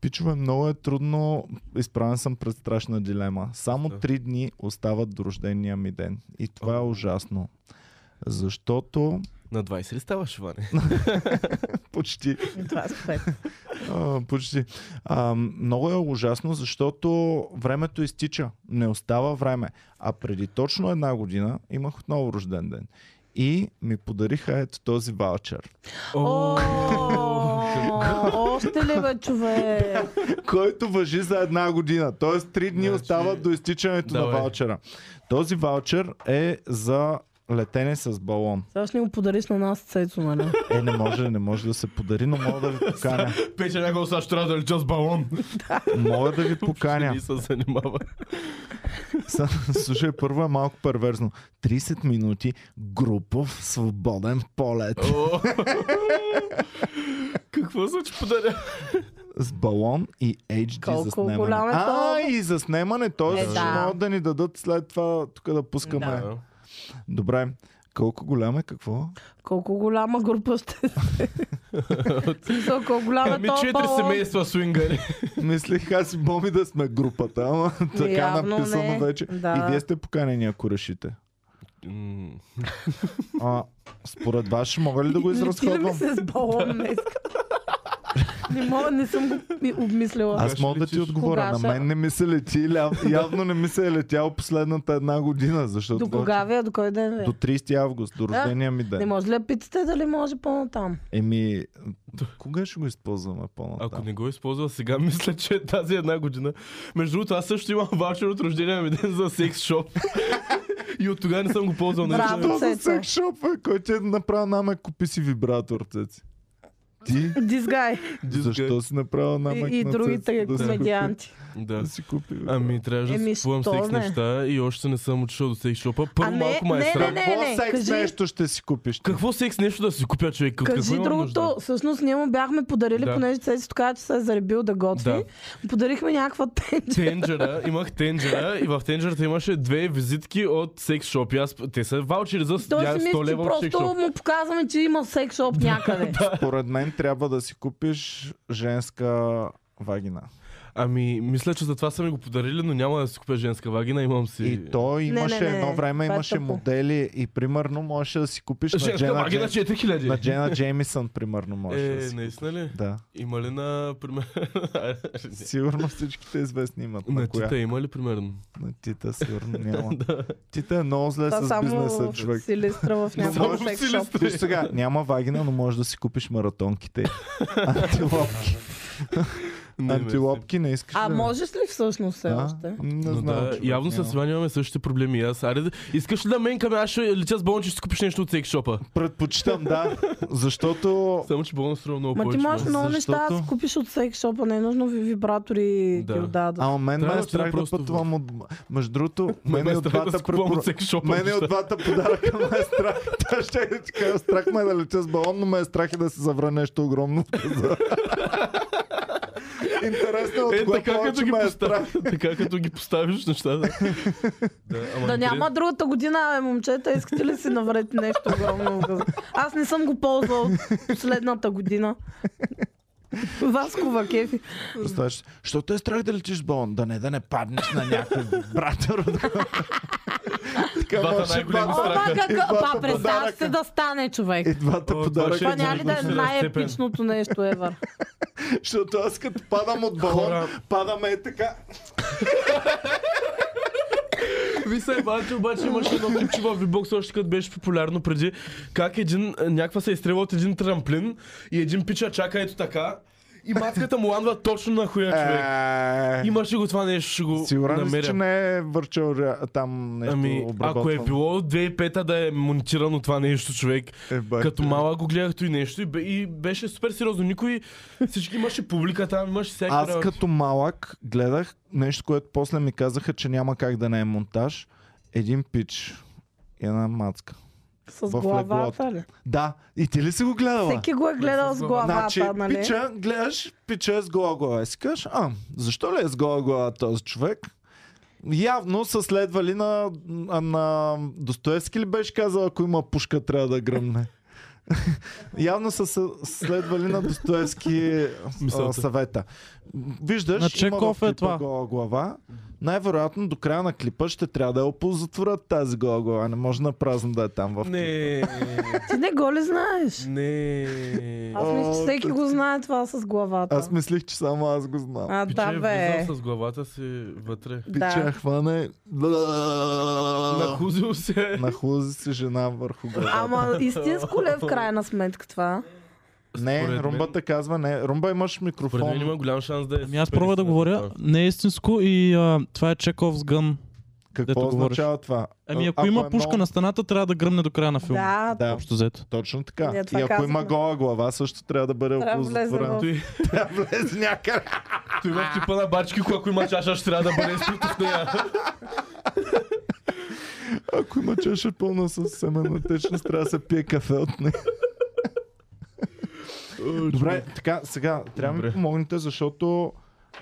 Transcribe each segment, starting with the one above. Пичове, много е трудно. Изправен съм пред страшна дилема. Само Да. три дни остават до рождения ми ден. И това е О. ужасно. Защото На 20 ли ставаш, Ване? почти Това е с което. А, почти. А, много е ужасно, защото времето изтича. Не остава време. А преди точно една година имах отново рожден ден. И ми подариха ето този ваучер, О, Още ли бе, човек? който въжи за една година. Тоест три дни Значи- остават до изтичането на Давай. ваучера. Този ваучер е за летене с балон. Сега ще ни го подариш на нас, Цецо, нали? Е, не може, не може да се подари, но мога да ви поканя. Пече някога сега ще трябва да леча с балон. Мога да ви поканя. Ще ни се занимава. Са- Слушай, първо е малко перверзно. 30 минути групов свободен полет О. Какво значи подаря? с балон и HD Колко заснемане. голям е а, то? и заснемане, т.е. Е, ще да. могат да ни дадат след това тук да пускаме. Да. Добре. Колко голям е какво? Колко голяма група ще сте? В Смисъл, колко голяма Ами е този четири балон? семейства свингари. Мислих аз и Боми да сме групата, ама така Явно написано не. вече. Да. И вие сте поканени, ако решите. М, А, според вас ще мога ли да го Изразходвам. ми изразходвам? се с балон днес. не мога, не съм го ми- обмислила. Аз ще мога да ти летиш? отговоря. Кога На ще? мен не ми се лети. ля- Явно не ми се е летяло последната една година. Защото до кога ви е? До кой ден ви е? До 30 август, до рождения ми Не ден. може ли да питате дали може по-натам? Еми, кога ще го използваме Ако по-натам? не го използва сега, мисля, че е тази една година. Между другото, аз също имам ваучер от рождения ми ден за секс шоп. И от тогава не съм го ползвал. нали? наистина. Браво. Това за Цецо. секшоп, бе, който ти е направил намек, купи си вибратор, цеци. Ти? Дизгай е. Защо си направил намек и, и на другите цеци да си комедианти. Да. купи- Да си купи. бе? Ами трябваше да Еми, си купувам що секс бе? неща и още не съм отишъл до секс шопа. Първо не, малко ма е не, не, срам. не. Какво секс кажи- нещо ще си купиш? ти? Какво секс нещо да си купя човек? От какво Кажи имам другото, нужда? всъщност ние му бяхме подарили, Да. понеже Цеци така, че се е заребил да готви. Да. Му подарихме някаква тенджа. Тенджера, имах тенджера и в тенджерата имаше две визитки от секс шоп. И аз, те са ваучери за Той я- си мисли, 100 че е лева от секс просто шоп. му показваме, че има секс шоп някъде. Според мен трябва да си купиш женска вагина. Ами, мисля, че за това са ми го подарили, но няма да си купя женска вагина, имам си... И той Не, не, имаше не, не. едно време, Това е имаше тъпо. модели и примерно можеше да си купиш на Женска Джена, вагина Джей... 4000. на Джена Джеймисън, примерно можеше да Е, си наистина ли? Да. Има ли на, пример... Сигурно всичките известни имат. На, на коя? Тита има ли, примерно? На Тита сигурно няма. Тита е много зле Това с само бизнеса, в човек. Силистра в Само някакъв в секс шоп. Силистра. Виж сега, няма вагина, но можеш да си купиш маратонките. Антилопки. Не, Антилопки не искаш А ли? можеш ли всъщност все Да? още? М, Не Но знам. да, човек, явно няма. с Ваня имаме същите проблеми. и Аз, аре, да- искаш ли да менкаме, аз ще летя с балон, че ще си купиш нещо от секс шопа. Предпочитам, да. Защото... Само, че балон струва много Ма ти повече. можеш много неща да защото- си купиш от секс шопа, не е нужно ви вибратори Да. ти отдадат. Ама мен Трябва ме е да отида страх да просто в- пътувам от... Между другото, мен ме е е от страх да двата си купувам препоръ- от секс шопа Мен е от неща. двата подаръка ме е страх. Та ще я ти кажа, страх ме е да летя с балон, но ме е страх и да се завра нещо огромно. в газа. Интересно от Е, кое така като, повече ги ме е страх. поставя, така като ги поставиш нещата. да, ама Да интерес- няма другата година, бе, момчета, искате ли си навредите нещо огромно? в газа? Аз не съм го ползвал последната година. Васкова кефи. Представяш, си, що те е страх да летиш с балон? Да не, да не паднеш на някой братър. от- Така Двата може и най-големи О, двата- страха. ма, И какъв... двата Па, представ подаръка. се да стане човек. И двата О, подаръка. това Това няма ли да е Ще- най-епичното нещо, ever? Защото аз като падам от балон, Хора. падаме е така. Ви се бачи, обаче имаше едно клипче в V-Box, още като беше популярно преди, как един, а, някаква се изстрелва от един трамплин и един пича чака ето така и матката му ландва точно на хуя Е, човек. Е, Имаше го това нещо, ще го Сигурен ли си, намеря. че не е върчал ря- там нещо Ами, ако е обработвано? било 2005-та да е монтирано това нещо, човек, Е, бай. като малък го гледах и нещо и, бе- и беше супер сериозно. Никой, всички имаше публика там, имаше всяка Аз като малък гледах нещо, което после ми казаха, че няма как да не е монтаж. Един пич и една мацка. С В главата леглото. ли? Да, и ти ли си го гледала? Всеки го е гледал с Значи, главата, нали? пича, гледаш, пича е с гола глава и си кажеш, а, защо ли е с гола глава този човек? Явно са следвали на, на Достоевски ли беше казал, ако има пушка, трябва да гръмне. Явно са се следвали на Достоевски а, Мисълта. съвета. Виждаш, На има в Чеков е клипа това. гола глава. Най-вероятно до края на клипа ще трябва да я опозатворят тази гола глава. Не може на празно да е там в клипа. Не, Ти не го ли знаеш? не. Аз мисля, че всеки го знае това с главата. Аз е мислих, че само аз го знам. А, да, Пиче, бе. влизам с главата си вътре. Пича Да. хване. Нахузил се. Нахлузи си жена върху главата. Ама истинско ли е в крайна сметка това? Не, Според румбата казва не. Румба имаш Поред микрофон. мен има голям шанс да е. Ами аз супер пробвах да истина говоря. това. Не е истинско и а, това е Чековс гън. Какво дето говориш. означава това? Ами А- ако, има е пушка много- на стената, трябва да гръмне до края на филма. Е, Да, Да, Общо взето. точно така. Ние това и ако има казахме. гола глава, също трябва да бъде Трябва да влезе оползотворена. в- Той, Трябва да влезе някъде. той в типа на бачки, ако има чаша, ще трябва да бъде изпита в нея. Ако има чаша пълна с семена течност, трябва да се пие кафе от нея. Добре, така, сега трябва да ми Добре. помогнете, защото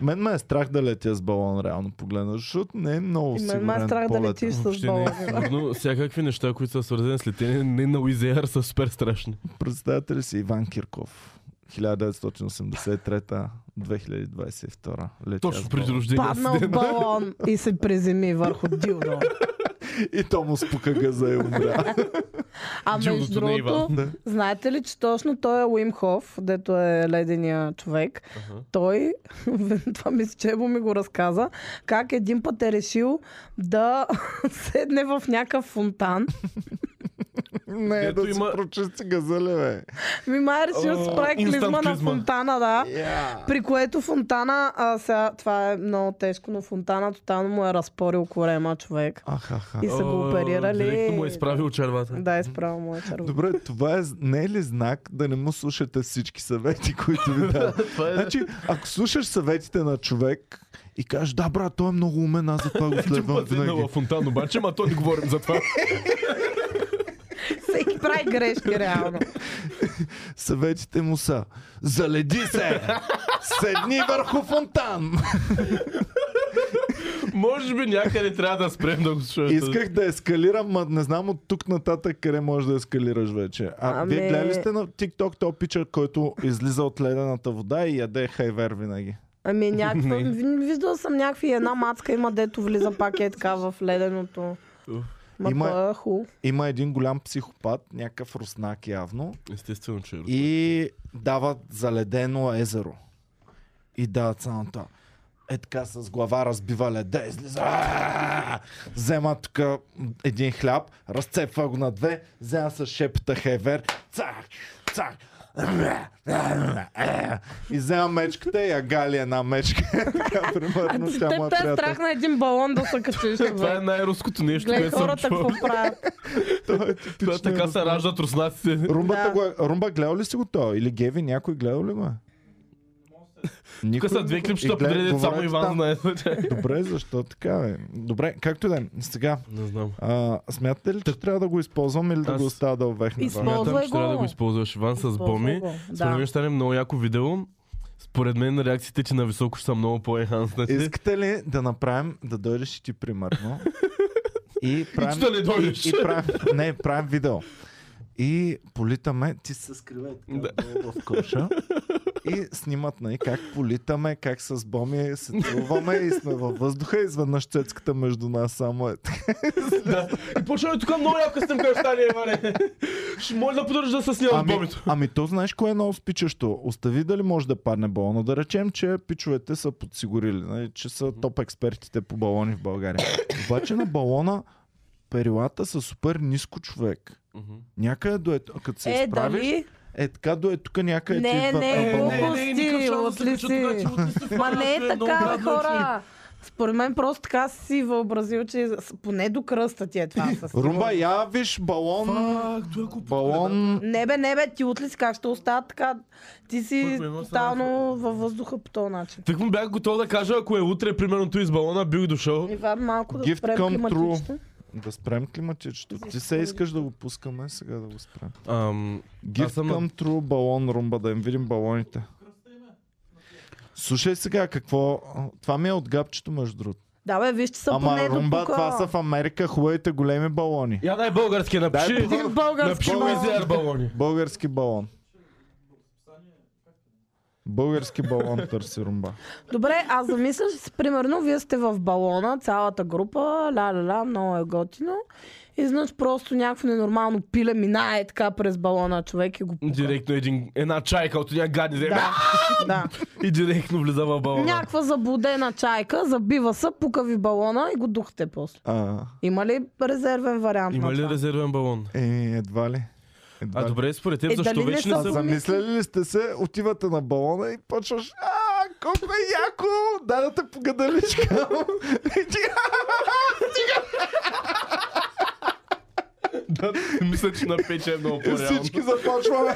мен ме е страх да летя с балон, реално погледна, защото не е много и мен сигурен ме е страх да полет. летиш с Въобще не балона. е сигурно. Всякакви неща, които са свързани с летене, не на Уизеар са супер страшни. Представете ли си е Иван Кирков? 1983-2022. летя с Точно преди балон. рождения Падна от балон и се приземи върху дилдо. И то му спука газа и умря. А между е Дилдото на другото, Иван. Да. знаете ли, че точно той е Уим Хоф, дето е ледения човек. Той, това мисля, че Ебо ми го разказа, как един път е решил да седне в някакъв фонтан. Не, Ето да има- си прочисти газа, ли, бе? Мима е решил да О, спре instant клизма на клизма. фонтана, да. Yeah. При което фонтана, а, сега, това е много тежко, но фонтана тотално му е разпорил корема човек. Ахаха. И са го оперирали. Директно му е изправил червата. Да, изправо му е червено. Добре, това е, не е ли знак да не му слушате всички съвети, които ви дават? Това е- Значи, ако слушаш съветите на човек и кажеш, да, брат, той е много умен, аз за това го следвам Пътена винаги. в е фонтан, обаче, ма то не говорим за това. Всеки прави грешки, реално. Съветите му са, заледи се! Седни върху фонтан! Може би някъде трябва да спрем да го слушаме. Исках да ескалирам, ма не знам от тук нататък къде можеш да ескалираш вече. А Ами- вие гледали ли сте на TikTok то пича, който излиза от ледената вода и яде хайвер винаги? Ами някаква... Не. ви- Виждала съм някакви една мацка има, дето влиза пак е така в леденото. Уф. Ма Има- той е хубаво. Има един голям психопат, някакъв руснак явно, Естествено, че е руски. и дават заледено езеро. И дават само това. Е така с глава разбива леда, излиза. Ааа! Взема тук един хляб, разцепва го на две, взема с шепта хевер. Цак, цак. И взема мечката и я гали една мечка. така, примерно, Те тя му е те е страх приятел. на един балон да се качиш. Това е бе. най-руското нещо, Гледай което съм хората какво чувал. правят. Това е е така се раждат руснаците. Румбата Да. го е- Румба гледал ли си го то? Или Геви някой гледал ли го? е? Никой Тук са две не го- клипчета И гледа- подредят, само говорят Иван там. знае. Добре, защо така бе? Добре, както и да е. Сега, Не знам. а, смятате ли, че трябва да го използвам или да Аз- го оставя да увехне? Използвам. върха? Мятам, Ползвай че трябва го. да го използваш Иван с боми. Използвай го. Според Да. мен ще стане много яко видео. Според мен реакциите ти на високо ще са много по-еханснати. Искате ли да направим, да дойдеш и ти примерно? И правим, че да не дойдеш. И, и правим, не, правим видео. И политаме, ти се скривай така Да. долу в коша. И снимат нали, как политаме, как с боми се целуваме и сме във въздуха и изведнъж цецката между нас само е така. Да. И почваме тук много яка снимка ще стане, Иване. Ще може да подържа да се снимам с Ами, Е, бомито. ами то знаеш кое е много спичащо? Остави дали може да падне балона. Да речем, че пичовете са подсигурили, нали, че са топ експертите по балони в България. Обаче на балона перилата са супер ниско човек. Някъде до е, като се Е, изправиш, дали? е така до е тук някъде ти Не, идва не, на балона. не, не. Ма не е така, бе, хора. Според мен просто така си въобразил, че с- поне до кръста ти е това. със Румба, сигурност. я виж балон, Фак, той е купил. балон, Не бе, не бе, ти отли си как ще остава така. Ти си Първо има тотално във въздуха по този начин. Так му бях готов да кажа, ако е утре, примерно, той из балона, бил и дошъл. Иван, малко да Gift спрем come true. климатичето. да спрем климатичето. Ти се искаш да го пускаме, сега да го спрем. Ам, Гифт Аз съм- към тру балон румба, да им видим балоните. Слушай сега какво... Това ми е от гапчето, между другото. Да, бе, виж, че са Ама поне е до румба, тука. това са в Америка хубавите големи балони. Я дай български, напиши. Дай Един български Напиши българ. мал. Уизер балони. Български балон. Български балон търси румба. Добре, а замисляш си, примерно, вие сте в балона, цялата група, ля-ля-ля, много е готино. Изнъж просто някакво ненормално пиле минае така през балона човек и го пука. Директно един, една чайка от тя гадни земя. Да, да. И директно влиза в балона. Някаква заблудена чайка, забива се, пука ви балона и го духте после. А, Има ли резервен вариант Има на ли това? резервен балон? е, едва ли. Едва А ли. добре, според теб, Е, защо дали не вече са не А съм... за- замисляли ли сте се, отивате на балона и почваш а, колко е яко, дай да те погадаличка. И ти, Мисля, че на пече е много а, по-реално. Всички започваме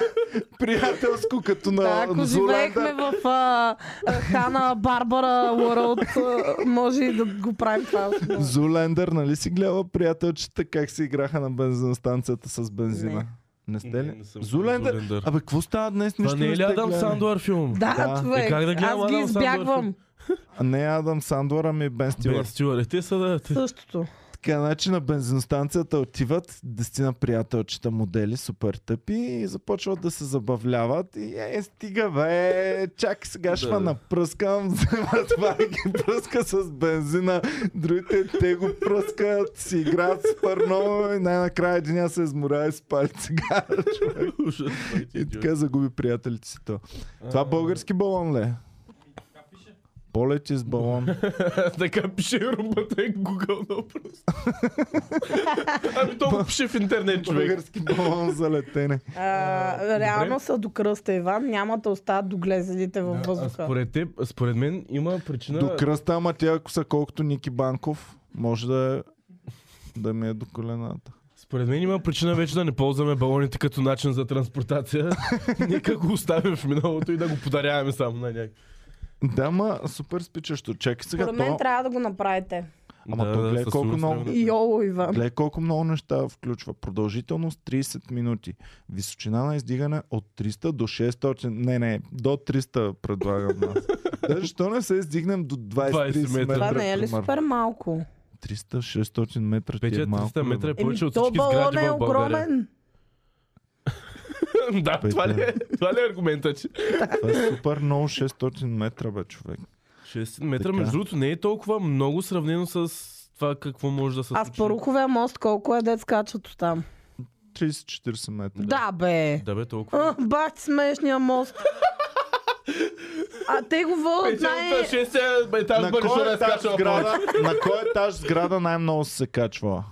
приятелско, като на Да, ако на живеехме Зуландър. в а, а, Хана Барбара World, а, може и да го правим това. Зулендър, нали си гледала приятелчета как се играха на бензиностанцията с бензина? Не, Не. сте Не, ли? не съм Зулендър. Зулендър. Абе, какво става днес? Това Нищо не е ли сте Адам гледали. Сандуар филм? Да. Да, човек. Е, как да гледам Аз ги Адам Сандър избягвам. филм? А Не е Адам Сандор, ами Бен Бен Стюарт. Стюарт. Е, Те са да... те- Същото. Така, значи на бензиностанцията отиват десетина приятелчета модели, супер тъпи и започват да се забавляват и е, стига бе, чак сега ще Да, ме да. напръскам, взема това и ги пръска с бензина, другите те го пръскат, си играят супер много и най-накрая един се изморя и спали цигара човек. Ужас, бай, ти е И идиот. така загуби приятелите си то. Това български балон ли е? Полети с балон. Така пише румбата и Google на просто. Ами то го пише в интернет, човек. Български балон за летене. А, реално са до кръста, Иван. Няма да остават доглезелите във А въздуха. според теб, според мен има причина... До кръста, ама тя ако са колкото Ники Банков, може да е да ми е до колената. Според мен има причина вече да не ползваме балоните като начин за транспортация. Нека го оставим в миналото и да го подаряваме само на някак. Да, ма супер спичащо. Чакай сега Според мен то. трябва да го направите. Ама то гледай със колко сигурност много- трябва да- Йоло, Иван. Гледай колко много неща включва. Продължителност 30 минути. Височина на издигане от 300 до 600. Не, не, до 300 предлагам нас. Да, защо не се издигнем до 20-30 20 метра. метра? Това не е ли примерно? супер малко? 300-600 метра. ти е Петя, малко, 300 метра е бе. Еми, повече от то всички сгради балон е в България. огромен. да, това ли, е, това ли е аргументът? Че... Това е супер много 600 метра, бе, човек. 6 метра, Така. между другото, не е толкова много сравнено с това какво може да се А случи. Спаруховия мост колко е дет скачат от там? 30-40 метра. Да, бе. Да бе, толкова. А, бах ти смешния мост. а те го водят най... 6 етаж на кой бъдеш етаж разкачал апарат. сграда, на кой етаж сграда най-много са се качвала?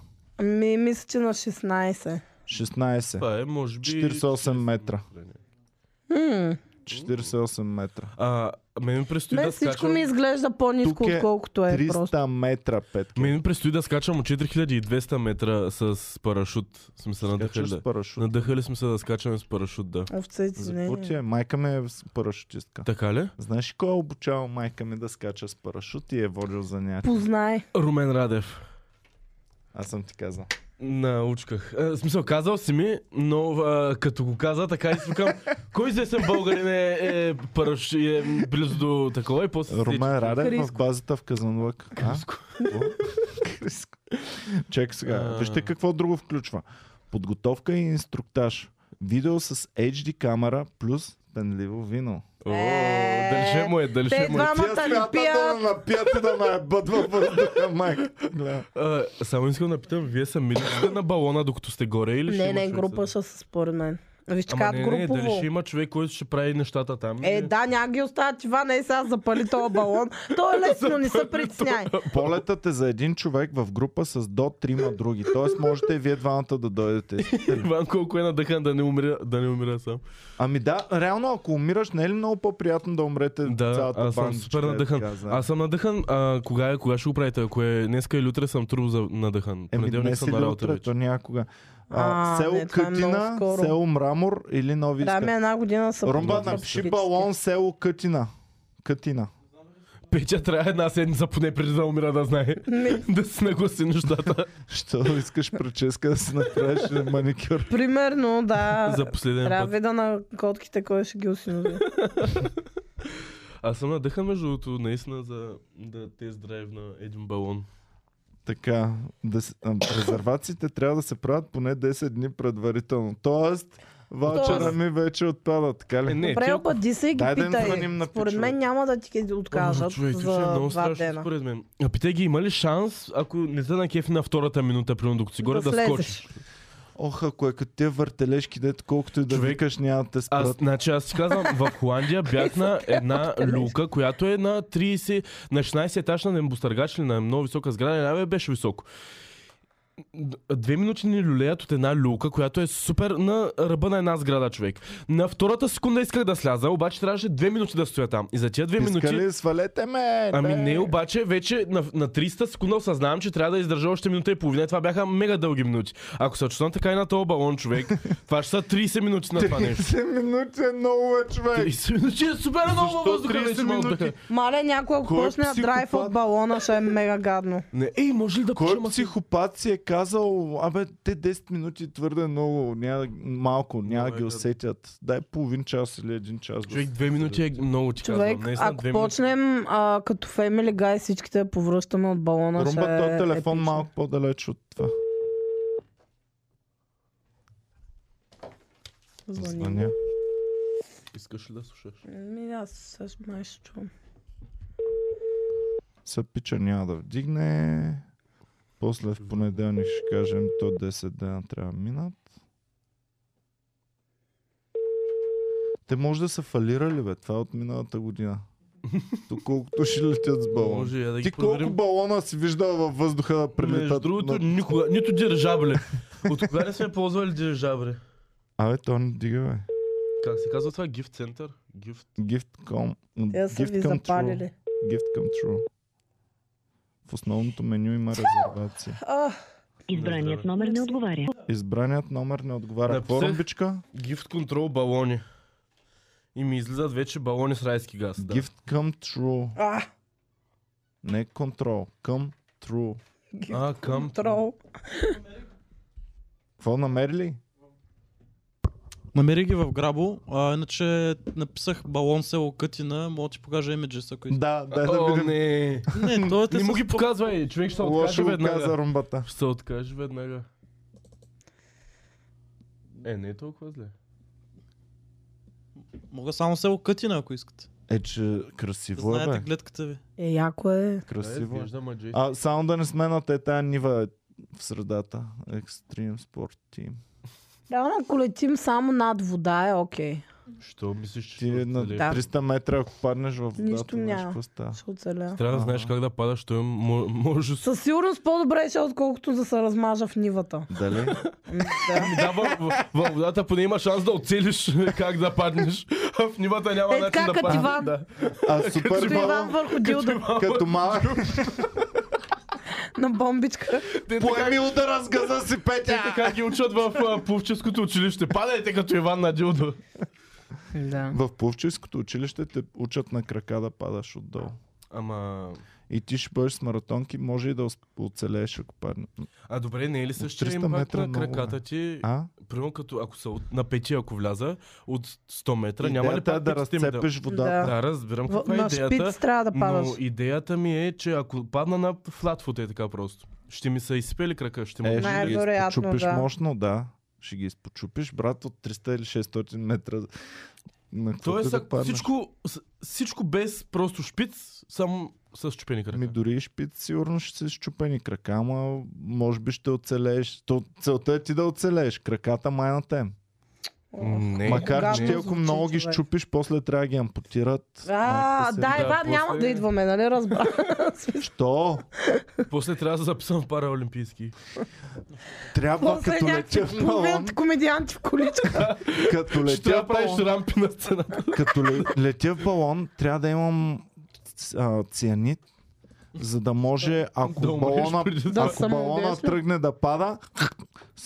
Ми, мисля, че на 16. 16. Това е, може би... 48 метра. М. 48 метра. А, мен ми предстои Мен да всичко скачам... ми е изглежда по-низко, Тук е отколкото е просто. 300 метра, Петко. Мен ми предстои да скачам от 4200 метра с парашут. Сме се надъхали. Качаш да. с парашут. Надъхали сме се да скачаме с парашут, да. Овцете За не. какво ти е? Майка ми е с парашутистка. Така ли? Знаеш ли кой е обучавал майка ми да скача с парашут и е водил за някакъв? Познай. Румен Радев. Аз съм ти казал. Научках. А, в смисъл, казал си ми, но а, като го каза, така и свикам. Кой известен българин е, е, параш, е близо до такова и после... се Румен Радев е в Криско. базата в Казанлък. А? О, Криско. Чакай сега. А. Вижте какво друго включва. Подготовка и инструктаж. Видео с HD камера плюс пенливо вино. О, дали му е, дали Те му е. Тя двамата ли смята да пият? ме напият и да ме ебат във въздуха, майка. Гледа. А, само искам да питам, вие сами ли сте на балона, докато сте горе или ще Не, има не, човек група с- ще са според мен. Виж, Ама чакат не, не, дали групово. ще има човек, който ще прави нещата там? Е, или- да, няма ги остават Иван, е сега запали този балон. То е лесно, не се притесняй. Полетът е за един човек в група с до трима други. Тоест можете и вие двамата да дойдете. Иван колко е надъхан да не умира, да не умира сам. Ами да, реално ако умираш, не е ли много по-приятно да умрете Да, цялата аз съм бандичка, супер е надъхан. така, знаеш? Аз съм надъхан. А, кога, е, кога ще го правите? Ако е днеска или утре съм трудно за надъхан. Еми Понеделник днес съм или на работа утре, вече. то някога. А, А, село не, това е много Кътина, скоро. е село Мрамор или Нови Да, ми Искър. една година са Румба, подготвят напиши психически. балон село Кътина. Кътина. Петя трябва една седмица поне преди да умира да знае. Ми, да си нагласи нещата Що искаш прическа да си направиш маникюр? Примерно, да. за последен Трябва път. Е, вида на котките, кой ще ги осинови. Аз съм надъхан между другото, наистина, за да тест драйв на един балон. Така, да, с- а, резервациите трябва да се правят поне 10 дни предварително. Тоест, ваучера Тоест- ми вече отпада, така Е, ли? не, ти Добре, ако- обади се и ги Дай да им звъним питай. на Според пичове. мен няма да ти ги О, откажат човек, това ще е за много два страшно, дена. Според мен. А питай ги, има ли шанс, ако не те накефи на втората минута, примерно докато си горе, да, слезеш. скочиш? Ох, ако е като тия въртележки, дето колкото и да Човек, викаш, няма да те спрат. Аз, значи, аз ти казвам, в Холандия бях на една люка, която е на 30, на 16 етаж на небостъргач или на много висока сграда, една бе беше високо. Д- Две минути ни люлеят от една люка, която е супер на ръба на една сграда, човек. На втората секунда исках да сляза, обаче трябваше две минути да стоя там. И за тия две Иска минути... ли, свалете ме! Ами не, обаче вече на, на 300 секунда осъзнавам, че трябва да издържа още минута и половина. Това бяха мега дълги минути. Ако се очувствам така и на този балон, човек, това ще са 30 минути на това нещо. 30 минути е много, е, човек! 30 минути е супер много във Защо въздуха 30 вече ме минути? отдъха. Мале, някой ако Кой е почне да драйв психопат? от балона, ще е мега гадно. Не, ей, може ли да Кой почнем? аз- психопат си е казал, абе, те 10 минути твърде много, няма, малко, няма да Много е ги гадно. усетят. Дай половин час или един час. да Човек, се две минути е много ти Човек, казвам. Наистина, ако две минути. почнем а, като Family Guy, всичките я повръщаме от балона, ще Румба, е този телефон епично. малко по-далеч от това. Звъни. Звъня. Искаш ли да слушаш? Ми, аз също май ще чувам. Са пича няма да вдигне. После в понеделник ще кажем, то 10 дена трябва да минат. Те може да са фалирали, бе. Това е от миналата година. Доколкото ще летят с балон. Може я да ги Ти колко проверим. балона си виждал във въздуха да прилетат? Между другото, на- никога, нито дирижабли. От кога не сме ползвали дирижабли? Абе, то не дига, бе. Как се казва това? Гифт център? Гифт. Gift.com. Те са ви запалили. Gift come true. В основното меню има резервация. А, Избраният Избраният номер не отговаря. Избраният номер не отговаря. Какво, Написах. Румбичка? Гифт контрол балони. И ми излизат вече балони с райски газ. Да. Gift come true. а, Не control. Come true. А, към. трол. Какво намерили? Намери ги в Грабо, а, иначе написах балон село Кътина, мога да ти покажа имиджес, ако искаш. Да, дай да О, видим. не. Не, той е те Не са му ги с- показвай, човек ще се Лошо откаже го каза веднага. румбата. Ще се откаже веднага. Е, не е толкова зле. Мога само село Кътина, ако искате. Е, че Да красиво е, знаете бе. гледката ви. Е, яко е. Красиво е. Виждам, Аджей. А, само да не сме на те тая нива е в средата. Extreme Sport Team. Реално, ако летим само над вода, е окей. Що мислиш, че Ти ще на оцелее? Да. 300 метра, ако паднеш в водата, Нищо знаеш няма. какво става. Ще оцеля. Трябва да знаеш Ага. как да падаш, той мо- може... с- Със сигурност по-добре ще, отколкото да се размажа в нивата. Дали? М, Да. Да, в- в- във водата поне има шанс да оцелиш как да паднеш. А в нивата няма Е, начин да така, като паднеш. Иван. Да. А супер Като Иван балон, върху дилда като малък, на бомбичка. Те така- поеми удара с газа си, те Петя! така ги учат в а, Пловчевското училище. Падайте като Иван на дилдо. Да. В Пловчевското училище те учат на крака да падаш отдолу. Ама... И ти ще бъдеш с маратонки, може и да усп- оцелееш, ако падне. А добре, не е ли същия 300 импакт метра на много, краката бе. ти? А? Примерно като ако са от, на пети, ако вляза от 100 метра, няма ли Идеята е пак да петите ми разцепиш Да. водата. Да, разбирам В- каква е На идеята. шпиц трябва да падаш. Но идеята ми е, че ако падна на флатфут е така просто, ще ми се изсипе ли крака? Ще му Е, ще ги Най-вероятно, изпочупиш да. мощно, да. Ще ги изпочупиш, брат, от 300 или 600 метра. На каквото и Тоест, да ако паднеш. всичко, с- всичко без просто шпиц, само с чупени крака. Ми Ами дори и шпиц, сигурно ще си щупени крака, ама може би ще оцелееш. То, целта е ти да оцелееш. Краката май е на тем. О. М, Не, Макар, че гадно ти ако Е, звучи, много ги човек. щупиш, после трябва да ги ампутират. А, Майка си. Да, да, Иван, после- няма да идваме, нали? Разбра. Що? после трябва да записам параолимпийски. Трябва После като летя някакви в балон, половината комедианти в количка. като Ще летя трябва в да правиш балон, рампи на сцената. като ле- летя в балон, трябва да имам а, цианид, за да може, ако Да умреш балона, преди това. ако балона самоубийство. тръгне да пада,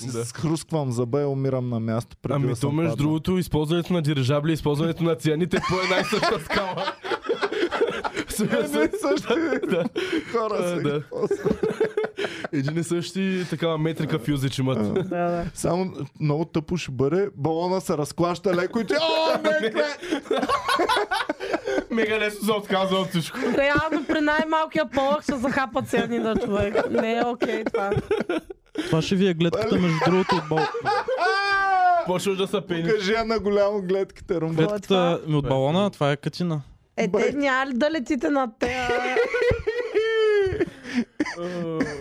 Да. с- схрусквам зъба и умирам на място. преди Ами да то съм между паднал. другото, използването на дирижабли, използването на цианите по една и съща скала. Е, Сега Едни и се- същи Да. Е, хора А, са ги да. ползвали. Един и същи такава метрика фюзич имат. Да, да. Само много тъпо ще бъде. Балона се разклаща леко и ти... О, не, не! Мега лесно се отказва от всичко. Реално при най-малкия полъх ще захапат се едни на човек. Не е окей това. Това ще ви е гледката, между другото, от бал... Почваш да се пени. Кажи я на голямо гледката, Румба. Глед- гледката ми от балона, това е катина. Е, Бай. те няма ли да летите на те?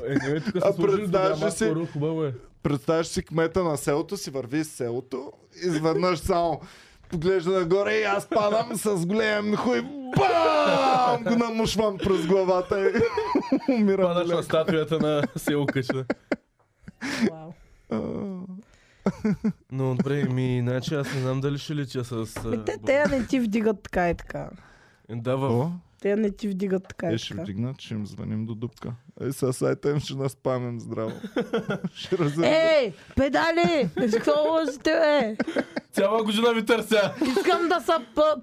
Е, не, тук А се сложи представяш да ли си- си... Хубаво е. Представяш си кмета на селото, си върви с селото, изведнъж само поглежда нагоре и аз падам с голям хуй. Бам! Го намушвам през главата и умирам. Падаш на статуята на село къща. Вау. Но добре, ми, иначе аз не знам дали ще летя с... а, Ми, Е, Те, бо- те не ти вдигат така и така. Да, в... О, Те не ти вдигат така е, и ще така. вдигнат, ще им звъним до дупка. Ей, сега сайта им ще наспамим здраво. ще разрежем. Ей, педали! Какво лъжите, е? Цяла година ви търся. Искам да се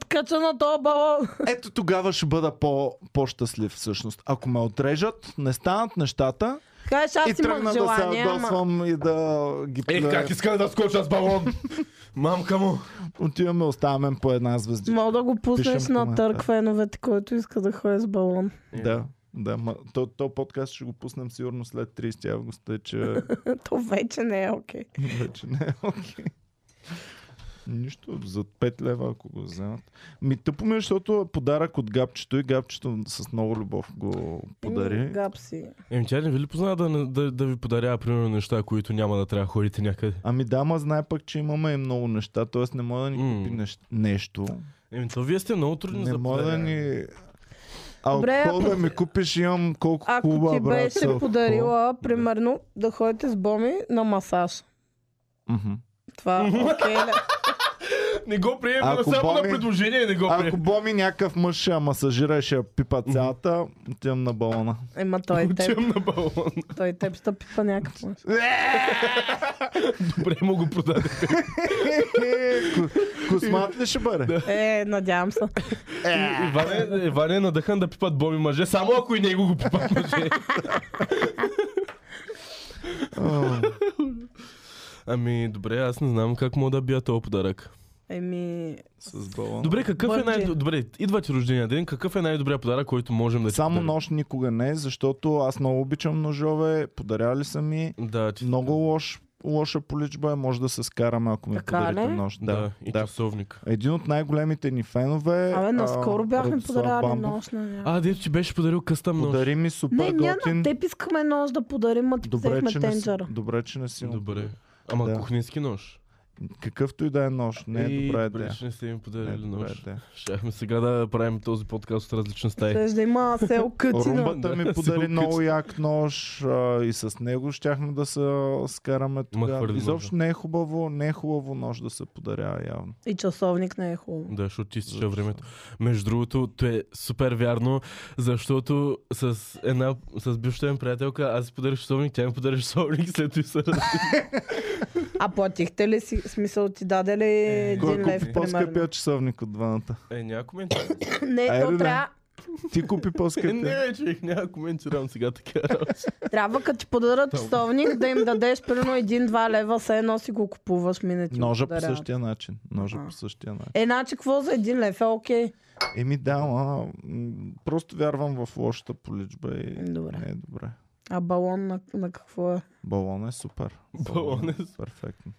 кача на този балон. Ето тогава ще бъда по, по-щастлив всъщност. Ако ме отрежат, не станат нещата Кажеш, и аз тръгна имах да се желание, ама... ядосвам и да ги Ех, как искам да скоча с балон. Мамка му. Отиваме, оставаме по една звезди. Мога да го пуснеш Пишем на коментар. търк феновете, който иска да ходи с балон. Да, да. Ма, то, то подкаст ще го пуснем сигурно след 30 август, тъй че То вече не е окей. вече не е окей. Нищо, за 5 лева, ако го вземат. Ми тъпо ми, е, защото е подарък от гапчето и гапчето с много любов го Еми, подари. Гап си. Еми, тя не ви ли познава да, не- да, да ви подарява, примерно, неща, които няма да трябва да ходите някъде? Ами да, ма знае пък, че имаме и много неща, т.е. не може да ни М. купи нещ... нещо. Еми, то вие сте много трудни Не за може да подаряване. ни... Добре, Алкохол да ми купиш, имам колко Ако куба, ти брат. с беше алкохол. подарила, примерно, да ходите с Боми на масаж. Мгм. Това окей ли? Не го приемаме Ако само на Боми- предложение, не го Ако приемаме. Боми някакъв мъж ще я масажира и ще я пипа цялата, отивам на балона. Ема той е теб, Отивам на балон. той е теб ще пипа някакво. Добре, му го продаде. Ку- Е, Космат ли ще бъде? Е, надявам се. Иване, Иване е надъхан да пипат боми мъже, само ако и него го пипат мъже. А, Ами, добре, аз не знам как мога да бия този подарък. Еми, С балона. Добре, какъв е Бърджи. най Добре, идва ти рождения ден, какъв е най-добрият подарък, който можем да ти Само подарим? нощ никога не, защото аз много обичам ножове, подаряли са ми. Да, ти... Много лош, лоша поличба е, може да се скараме, ако ми Така подарите ли? нощ. Да, Да, и да. часовник. Един от най-големите ни фенове. абе, Е, а, наскоро бяхме Радослав подаряли Бамбов, нощ на някой. А, дето ти беше подарил къстъм нож. Подари ми супер Не, ние на готин. теб искаме нощ да подарим, а ти Добре, взехме че не си, тенджера. добре, че не си. му Добре. Ама Да. кухненски нож. Какъвто и да е нож, не е И, добра добре, идея. че не сте им Не е подарили добра нож. идея. Щяхме сега да правим този подкаст от различни Е. стаи. Щеш да има сел кътина. Румбата Да, ми сигурно подари кичи. много як нож а, и с него щяхме да се скараме тогава. хвърли Изобщо не е хубаво, не е хубаво нож да се подарява явно. И часовник не е хубаво. Да, защото ти стича Защо? времето. Между другото, то е супер вярно, защото с една, с бившата ми приятелка, аз си подарих часовник, тя ми подари часовник, след това се раз- А платихте ли си? В Смисъл ти даде ли един Е. Кой лев, купи примерно? по-скъпия часовник от дваната? Е, няма коментар. Не, Айде, то да. трябва, Ти купи Е, по-скъпия. не, човек, няма да коментирам сега така работа. трябва като ти подарят часовник да им дадеш примерно един-два лева, все едно си го купуваш минати. Ножа по същия начин. Ножа Аха. по същия начин. Еначе, Е, какво за един лев е окей? Еми да, ма, м, просто вярвам в лошата поличба и Добре. не е добре. А балон на, на какво е? Балон е супер. Балон е супер. перфектно.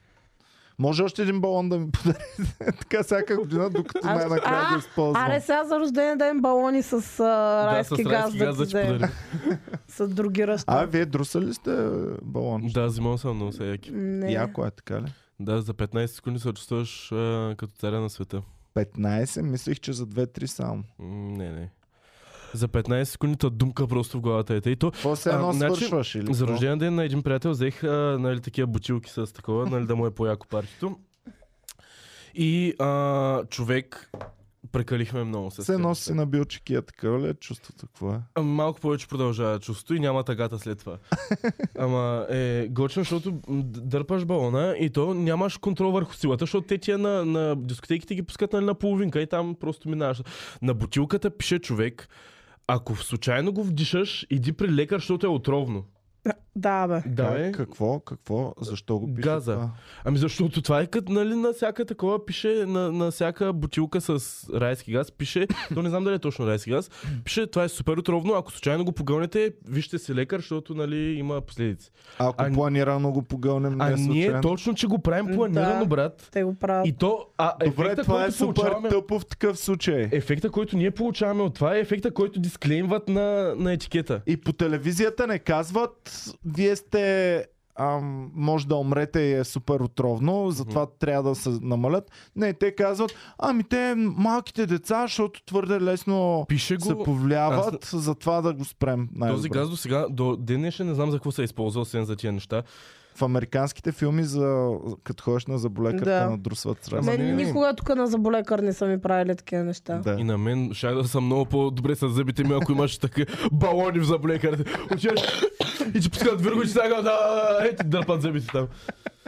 Може още един балон да ми подарите така всяка година, докато Аз- най-накрая А, го използвам. Аре сега за рожден ден балони с а, Да, с райски газ райски да газ ти да ти вземем. подари. С други А, ръща. вие друсали сте е, балон? Да, взимал съм много са яки. Не. Яко е така ли? Да, за 15 секунди се чувстваш а, като царя на света. 15, мислих, че за 2-3 само. М, Не, не. За 15 секунди та думка просто в главата е. те. И то После А, едно значи, свършваш или за какво? рождения ден на един приятел взех а, нали, такива бутилки с такова, нали, да му е по-яко партито. И а, човек прекалихме много с Се него. носи на билчикия, такава ли е чувството? Какво е? Ама Малко повече продължава чувство и няма тагата след това. Ама е готино, защото м, д- дърпаш балона и то нямаш контрол върху силата, защото те тия на, на дискотеките ги пускат нали, на половинка и там просто минаваш. На бутилката пише човек, ако случайно го вдишаш, иди при лекар, защото е отровно. Да, бе. Да, Как, бе. Какво, какво, защо го пише Газа. това? Ами защото това е като, нали, на всяка такова пише, на, на всяка бутилка с райски газ пише, то не знам дали е точно райски газ, пише това е супер отровно, ако случайно го погълнете, вижте си лекар, защото, нали, има последици. Ако А- планирано го погълнем, не А е случайно. ние точно, че го правим планирано, Да. брат. Те го правят. И то, а Добре, ефекта, това е който супер получаваме- Е. тъпо в такъв случай. Ефекта, който ние получаваме от това е ефекта, който дисклеймват на, на етикета. И по телевизията не казват, вие сте ам, може да умрете и е супер отровно, затова трябва да се намалят. Не, те казват, ами те малките деца, защото твърде лесно Пише го... се повлияват, затова да го спрем. най-добре. Този газ до сега, до ден днешен не знам за какво се е използвал, освен за тия неща. В американските филми, за... като ходиш на заболекарта, Да. надрусват срам. Ама не, Мен не, не. никога тук на заболекар не са ми правили такива неща. Да. И на мен щях да съм много по-добре с зъбите ми, ако имаш така балони в заблекарите. Отиваш и ти пускат върху, че сега да, е, ти дърпат зъбите там.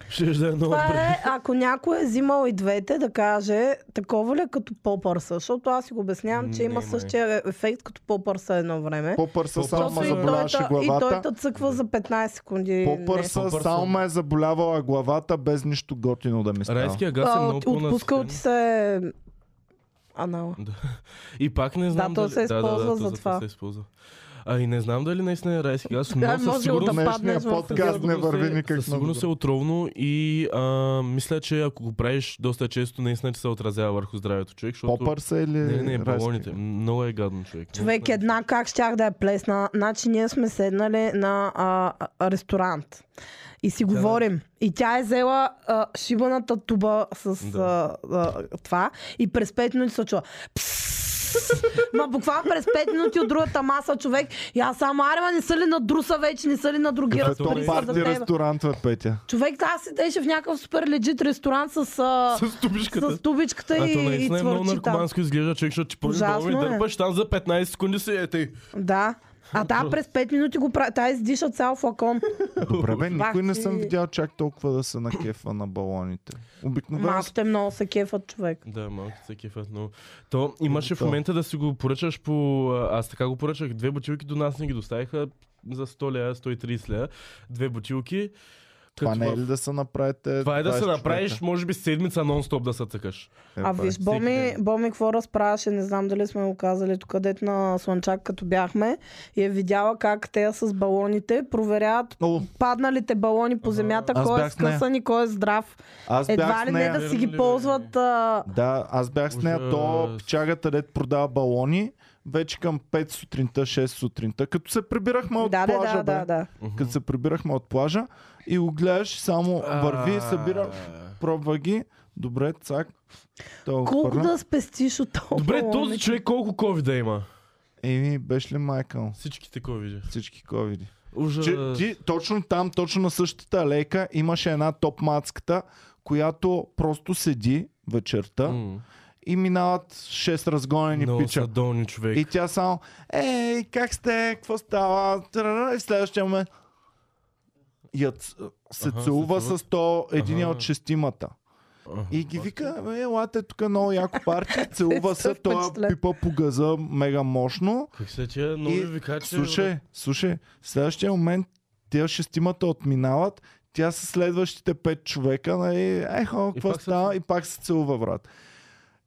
Ще да е много Това добре. е, ако някой е взимал и двете, да каже, такова ли е като попърса? Защото аз си го обяснявам, че Не, има май. същия е, ефект като попърса едно време. Попър са Попър само Просто ме и той, заболяваше та- и той е главата. те цъква за 15 секунди. Попър нещо. са Попър само съм. ме е заболявала главата, без нищо готино да ми става. Райския газ е А, много от- Отпускал по-наситен. ти се е анала. И пак не знам то дали... се използва за това. се използва. А и не знам дали наистина е райски газ, Да, но със може сигурност да паднеш Днешния в подкаст не Сигурно върви се- никак Със сигурност е много. отровно и а, мисля, че ако го правиш доста често, наистина ти се отразява върху здравето човек, защото... Попър са или Не, не, не, райски? балоните. Много е гадно човек. Човек, е. една как щях да я плесна. Значи ние сме седнали на а, а, ресторант и си говорим. И тя е взела а, шибаната туба с Да. а, а, това и през 5 минути се чува. «Псс!» Ма буквално през 5 минути от другата маса човек. И аз само, аре, ма не са ли на друса вече, не са ли на другия Като Разпри разпри се парти за теб. ресторант, бе, Петя. Човек, аз седеше в някакъв супер легит ресторант с, а, С тубичката. с тубичката А то и, и наистина е много цвърчита. наркоманско изглежда човек, защото ти пълни Ужасно балони е. дърпаш там за 15 секунди си е тъй. Да. А да, през 5 минути го прави. Та издиша цял флакон. Добре, бе, никой не си. съм видял чак толкова да се накефа на балоните. Обикновено Малките много се кефат човек. Да, малко се кефят, но... То Е, имаше в момента да си го поръчаш по... Аз така го поръчах. Две бутилки до нас не ги доставиха за 100 лея, 130 лея. Две бутилки. това Като не е в- ли да се направите? Това е да 20 се човека? направиш, може би, седмица нон-стоп да се цъкаш. Е, А бе. виж, всеки Боми, ден. Боми какво разправяше, не знам дали сме го казали тук, дето на Слънчак като бяхме и е видяла как те с балоните проверяват О, падналите балони по земята, Аз кой е бях с нея. скъсан и кой е здрав. аз Едва бях ли с не е да нея. си е? ги ползват... А... Да, аз бях с нея. То Ужас. пичагата, дед продава балони, вече към 5 сутринта, 6 сутринта, като се прибирахме от Да, да, плажа, да, бе. да, да. Като се прибирахме от плажа и го гледаш, само върви, събира, пробва ги. Добре, цак. Той го Колко хвърля. да спестиш от това? Добре, този човек колко COVID да има? Еми, беше ли Майкъл? Всичките COVID. Всички ковиди. Ужас. Че, ти, точно там, точно на същата алейка, имаше една топ мацката, която просто седи вечерта М. и минават 6 разгонени Много Ами, пича. са долни човек. И тя само, ей, как сте, какво става? Трарара, И в следващия момент я ц- се Аха, се целува целуват. с то единия Аха. от шестимата. Ага. И ги вика, бе, елате тук много яко парти, целува се, той впечатлен. пипа по газа мега мощно. Как се тя, но И- ви кажа, че... Слушай, слушай, в следващия момент тия шестимата отминават, тя с следващите пет човека, нали, ехо, какво пак се става? целува. И пак се целува, брат.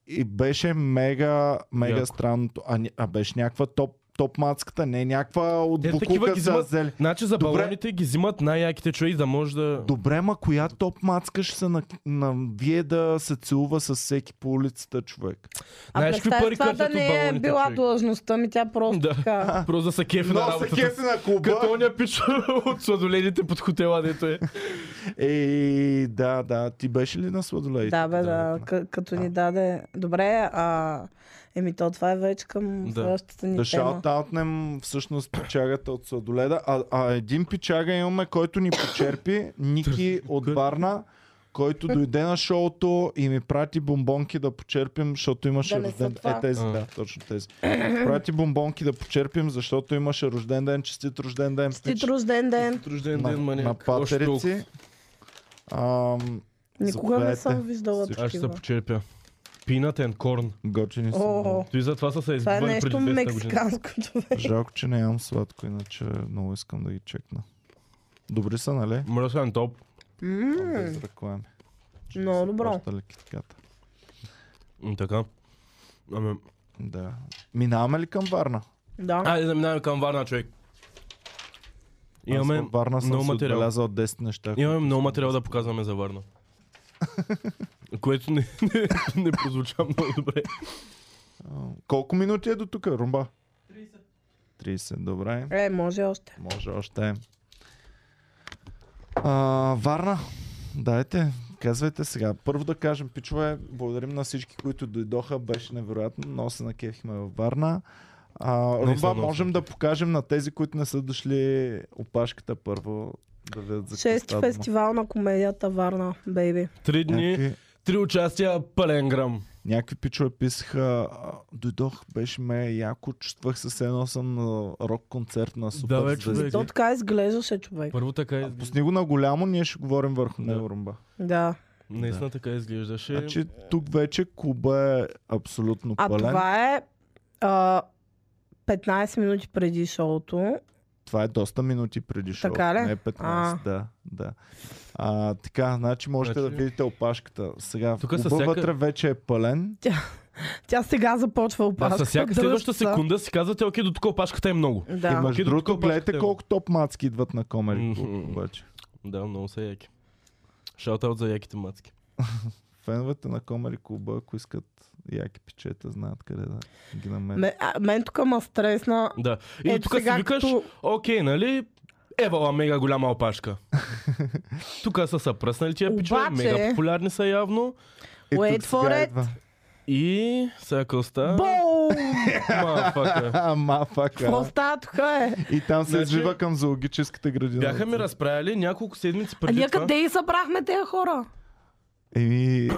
И беше мега, мега Яко. странното. А, ня- а беше някаква топ, топ мацката, не някаква от Те такива букука ги са взимат. взели. Значи за Добре. балоните ги взимат най-яките човек, да може да... Добре, ма коя топ мацка ще се на, на, вие да се целува с всеки по улицата човек? А Знаеш какви представи пари това да къртят от не е балоните, била човек? длъжността ми, тя просто Да. така... Просто да са кефи на Но се работата. кефи на клуба. Като оня пич от сладоледите под хотела, дето е. Ей, да, да. Ти беше ли на сладолей? Да, бе, да. да. К- като ни даде. Добре, а. Еми, то това е вече към Да. следващата ни Да тема. шаутаутнем всъщност пичагата от Сладоледа. А, а един пичага имаме, който ни почерпи, Ники от Варна, който дойде на шоуто и ми прати бомбонки да почерпим, защото имаше Да не са рожден ден. това. Е, тези, А. да, точно тези. Прати бомбонки да почерпим, защото имаше рожден ден, честит рожден ден. Честит пич. рожден ден. Рожден на, ден, мани. на патерици. Ам, Никога не съм заповядайте. виждала Аз ще се такива. почерпя. Пинат and корн. Готини са. О, Той за това са се това е избивали преди нещо 200 години. мексиканско, човек. Жалко, че нямам сладко, иначе много искам да ги чекна. Добри са, нали? Мръсен топ. М, Без ръкоем. Ще Много се добро. плаща ли китката? М, Така. Ами, Да. Минаваме ли към Варна? Да. айде да минаваме към Варна, човек. Аз Имаме, във Варна съм много си материал. отбелязал 10 неща. които имаме много материал да показваме за Варна. Което не, не, не прозвуча много добре. Колко минути е до тук, Румба? 30. 30, добре. Е, може още. Може още. А, Варна, дайте, казвайте сега. Първо да кажем, пичове, благодарим на всички, които дойдоха. Беше невероятно, много се накефихме във Варна. А, Румба, много се можем да покажем на тези, които не са дошли опашката първо. Да видят за какво Шести става дума. фестивал на комедията Варна, бейби. Три дни, Някакви, три участия, пълен грам. някакви пичове писаха, а, дойдох, беше ме яко, чувствах се, все едно съм на рок концерт на супер бе, човек. То така изглеждаше човек. Първо така е- А, изглежда. Пусни го на голямо, ние ще говорим върху Да. него, Румба. Да. Наистина така изглеждаше. Значи тук вече клуба е абсолютно А пълен. Това... това е а, 15 минути преди шоуто. това е доста минути преди шоу. Така ли? Не е 15, А. да. да. А, така, значи можете Значи- да видите опашката. Сега Тука клуба са всяка- вътре вече е пълен. Тя сега започва Да, опашката. със всяка дръпца. следваща секунда си казвате, окей, до тук опашката е много. Да. И Да. между Окей, до другото, тук опашката гледайте е. колко топ мацки идват на Комери Клуб, Мгм. обаче. Да, много са яки. Шаутаут за яките мацки. Феновете на Комери Клуба, ако искат яки пичета, знаят къде да ги намерят. Е, Ме, а, мен тук ма стресна. Да. И Ето тук си Е, сега, викаш, като- окей, нали, евала мега голяма опашка. тук са са пръснали тия пичове, Обаче- мега популярни са явно. И тук Wait сега for it. идва. И сега коста. Бум! Мафака. А, мафака. Какво става тук е? И там се Значи- извива към зоологическата градина. Бяха ми разправили няколко седмици А преди ние това. къде и събрахме тези хора? Еми,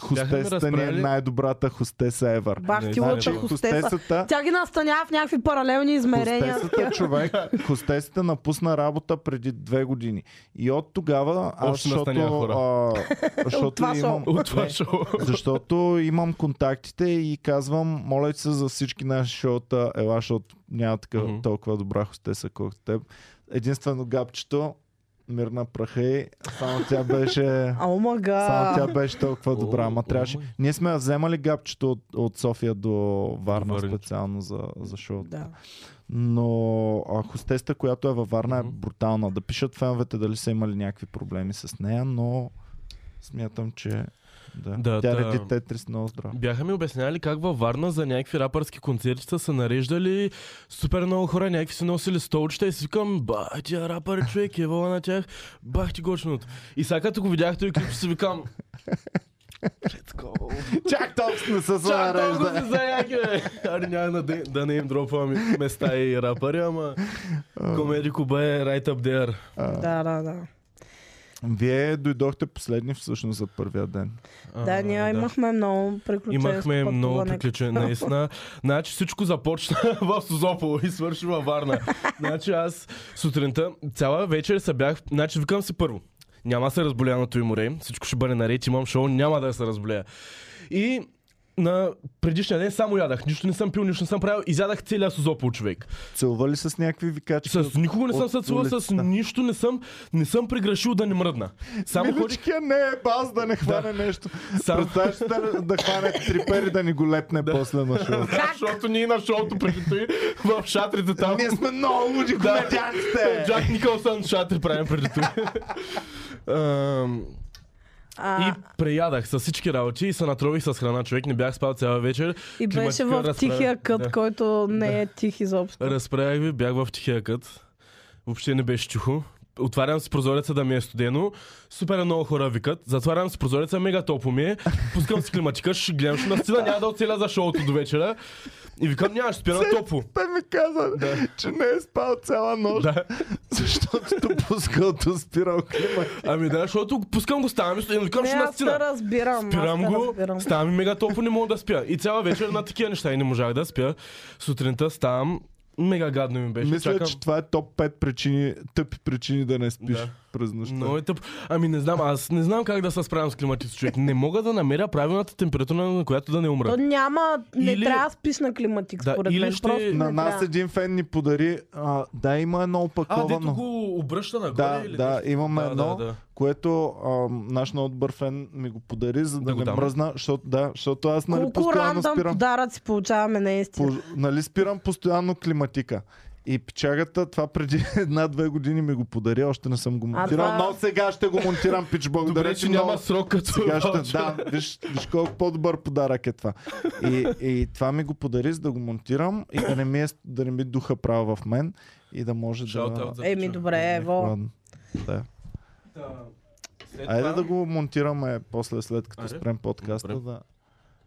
хостесата ни е разправили- значи- най-добрата хостеса ever. Бах ти знам, лъча че хостеса. Хостесата, Тя е ги настаня в някакви паралелни измерения. хостесата човек, хостесата напусна работа преди две години. И от тогава, аз, Още настаня защото, а, От защото, това имам, От това шоу. защото имам контактите и казвам, моля ти се за всички наши шоута, ела, защото няма такава, Мгм. толкова добра хостеса, колкото теб. Единствено гапчето, мирна праха и само тя беше... О, Само тя мага. беше толкова добра, О, ама о, трябваше. май. Ние сме я вземали гапчето от, от София до Варна Варненче. специално за, за шоуто. Да. Но а, хостеста, която е във Варна, е Мгм. брутална. Да пишат феновете дали са имали някакви проблеми с нея, но смятам, че да. Да, Тя та- реди Тетрис много здраво. Бяха ми обяснявали как във Варна за някакви рапърски концерти са нареждали супер много хора, някакви са носили столчета и си викам, ба, тия рапър човек, е вала на тях, бах ти гочното. И сега като го видях този клип, си викам, Чак толкова не се чак толкова зарежда. си за яки, бе. Ари няма да, де- да не им дропвам места и рапъри, ама Комеди Куба е right up there. Да, да, да. Вие дойдохте последни всъщност за първия ден. А, Да, ние имахме много приключения. Имахме много приключения, наистина. Значи всичко започна в Созопол и свърши във Варна. Значи аз сутринта, цяла вечер се бях, значи викам си първо. Няма да се разболя на той море, всичко ще бъде наред, имам шоу, няма да се разболя. И на предишния ден само ядах, нищо не съм пил, нищо не съм правил, изядах целия Созопол човек. Целува ли с някакви викачки? С никого не съм от се целувал, с улицата? нищо не съм, не съм прегрешил да не мръдна. Само ходих Миличкия не е баз да не хване нещо. Сам- Представяш си да, да хване трипер и да ни го лепне после на шоу. защото ние на шоуто преди той в шатрите там. Ние сме много луди комедиантите! Джак Николсън шатри правим преди това. Ам, И А, преядах с всички работи и се натрових с храна. Човек не бях спал цяла вечер. и беше климатика в разправя- тихия Да. кът, който не е тих изобщо. Разправях ви, бях в тихия кът. Въобще не беше чухо. Отварям си прозореца да ми е студено. Супер много хора викат. Затварям си прозореца, мега топло ми е. Пускам си климатика, ще гледам, ще настина, няма да оцеля за шоуто до вечера. И викам, няма, ще спя на топло. Той ми каза, че не е спал цяла нощ, Да. защото допускал до спирал климат. Ами да, защото го пускам го, ставам и студено, викам, Не, ще аз те настина. разбирам. Спирам аз те го, разбирам. ставам и мега топло, не мога да спя. И цяла вечер на такива неща и не можах да спя. Сутринта ставам, мега гадно ми беше. Мисля, Чакам. че това е топ 5 причини, тъпи причини да не спиш. Да. през нощта. Много е тъп. Ами не знам, аз не знам как да се справям с климатици, човек. Не мога да намеря правилната температура, на която да не То умра. няма, не Или- трябва да спиш на климатик, Да, според или мен. ще- Просто На не нас е трябва. един фен ни подари, а, да, има едно А, дето опаковано. го обръща нагоре Да, или да, нещо? имаме Да, едно, да, да. което а, наш много добър фен ми го подари, за да, Да го не дам. мръзна, защото, да, защото аз нали, Колко постоянно рандъм спирам. подаръци получаваме наистина. По, нали спирам постоянно климатика. И печагата, това преди една-две години ми го подари, още не съм го монтирал, това- но сега ще го монтирам, пич, благодаря Добре, ти че много. няма срок като Сега ще, ваучер. да, виж, виж колко по-добър подарък е това. И, и това ми го подари, за да го монтирам и да не ми, е, да не ми духа права в мен и да може Shout да... out за Еми пича. добре, Ево. Ладно. Да. Та, след Айде Е, да това- го монтираме после, след като Айде. спрем подкаста, Добре. да,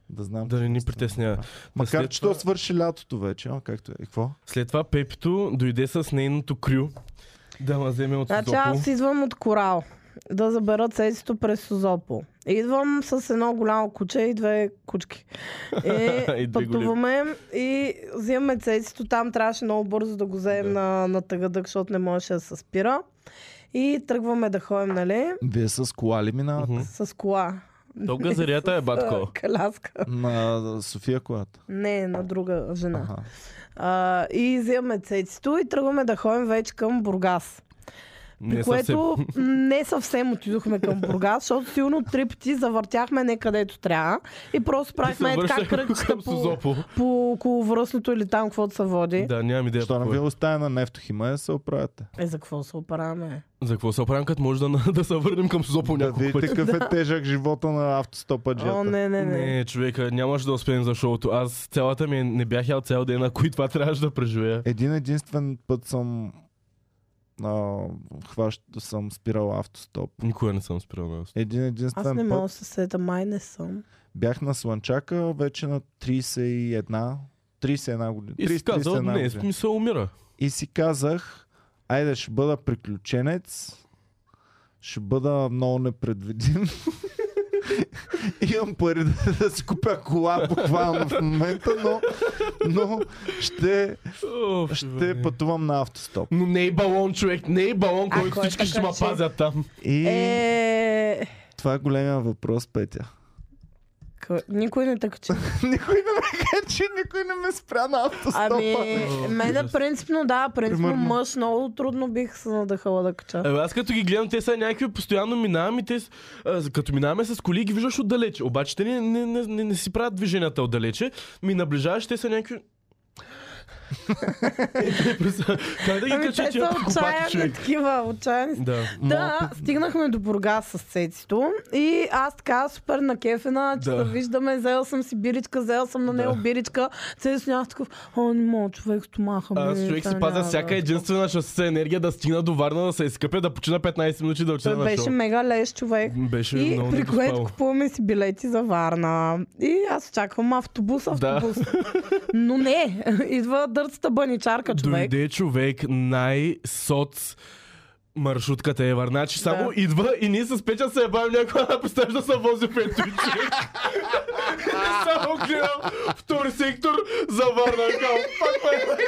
да знам. Да не ни какво стана. притеснява. Макар, след че това- то свърши лятото вече, а, както е. И какво? След това Пепито дойде с нейното крю да ма вземе от Значи Созопол. аз идвам от Корал да забера цецето през Созопол. Идвам с едно голямо куче и две кучки. И И две пътуваме и взимаме цецето. Там трябваше много бързо да го вземем Да. на, на тъгъдък, защото не можеше да се спира. И тръгваме да ходим, нали? Вие с кола ли минавате? Мгм. С кола. То газарията е батко. А, Каляска. На София колата. Не, на друга жена. Аха. А, и взимаме цецето и тръгваме да ходим вече към Бургас. При Не съвсем. което не съвсем отидохме към Бургас, защото силно три пъти завъртяхме не където трябва и просто правихме е така връщах кръгчета към по, Созопол. по околовръстното или там каквото се води. Да, нямам идея. Що не какво ви е. оставя на нефтохима, да се оправяте. Е, за какво се опараме? За какво се оправям, като може да, на- да се върнем към Созопол Да няколко видите пъти? какъв е тежък живота на автостопаджията. О, не, не, не. Не, човека, нямаше да успеем за шоуто. Аз цялата ми е- не бях ял цял ден, ако и това трябваше да преживея. Един единствен път съм а, хващ, съм спирал автостоп. Никога не съм спирал на автостоп. Един Аз не единствен мога да е път се сета, май не съм. бях на Слънчака вече на 31 31 година. И си 30, 31 казал, не, е година. смисъл умира. И си казах, айде ще бъда приключенец, ще бъда много непредвидим. Имам пари да, да си купя кола буквално в момента, но, но ще, Оф, ще бе. пътувам на автостоп. Но не е балон, човек, не е балон, Ако който е всички ще така, ма че- пазят там. И Е, това е големия въпрос, Петя. къ- никой не така че. никой не ме качи, никой не ме спря на автостопа. Ами, мене ужас. принципно, да, принципно Примерно. мъж много трудно бих се надъхала да кача. Абе, аз като ги гледам, те са някакви постоянно минавам и те, с- а, като минаваме с коли, ги виждаш отдалече. Обаче те не, не, не, не, не си правят движенията отдалече, ми наближаваш, те са някакви... Е, те просто- как да ги Ами, кача, те че са купати отчаяни човек? такива, отчаяни Да. Да, стигнахме до Бургас с цецето и аз така супер на кефена, че Да. да. виждаме, взел съм си биричка, взел съм на него Да. биричка, цецето няма такъв, о, не мога, човек стомаха ми. Аз човек си Ами, това пазя няма всяка да». единствена шоссе енергия да стигна до Варна, да се изкъпя, да почина 15 минути да отида Той на беше шоу. мега леш човек. Беше И е много при което недоспал. купуваме си билети за Варна. И аз чакам автобус, Да. автобус. Но не, идва дърцата баничарка човек. Дойде човек най-соц маршрутката е варна, че само Да. идва и ние с печа се ебавим някой да представиш да се вози пето и човек. И само гледам втори сектор за варна. Кам, пак, пак.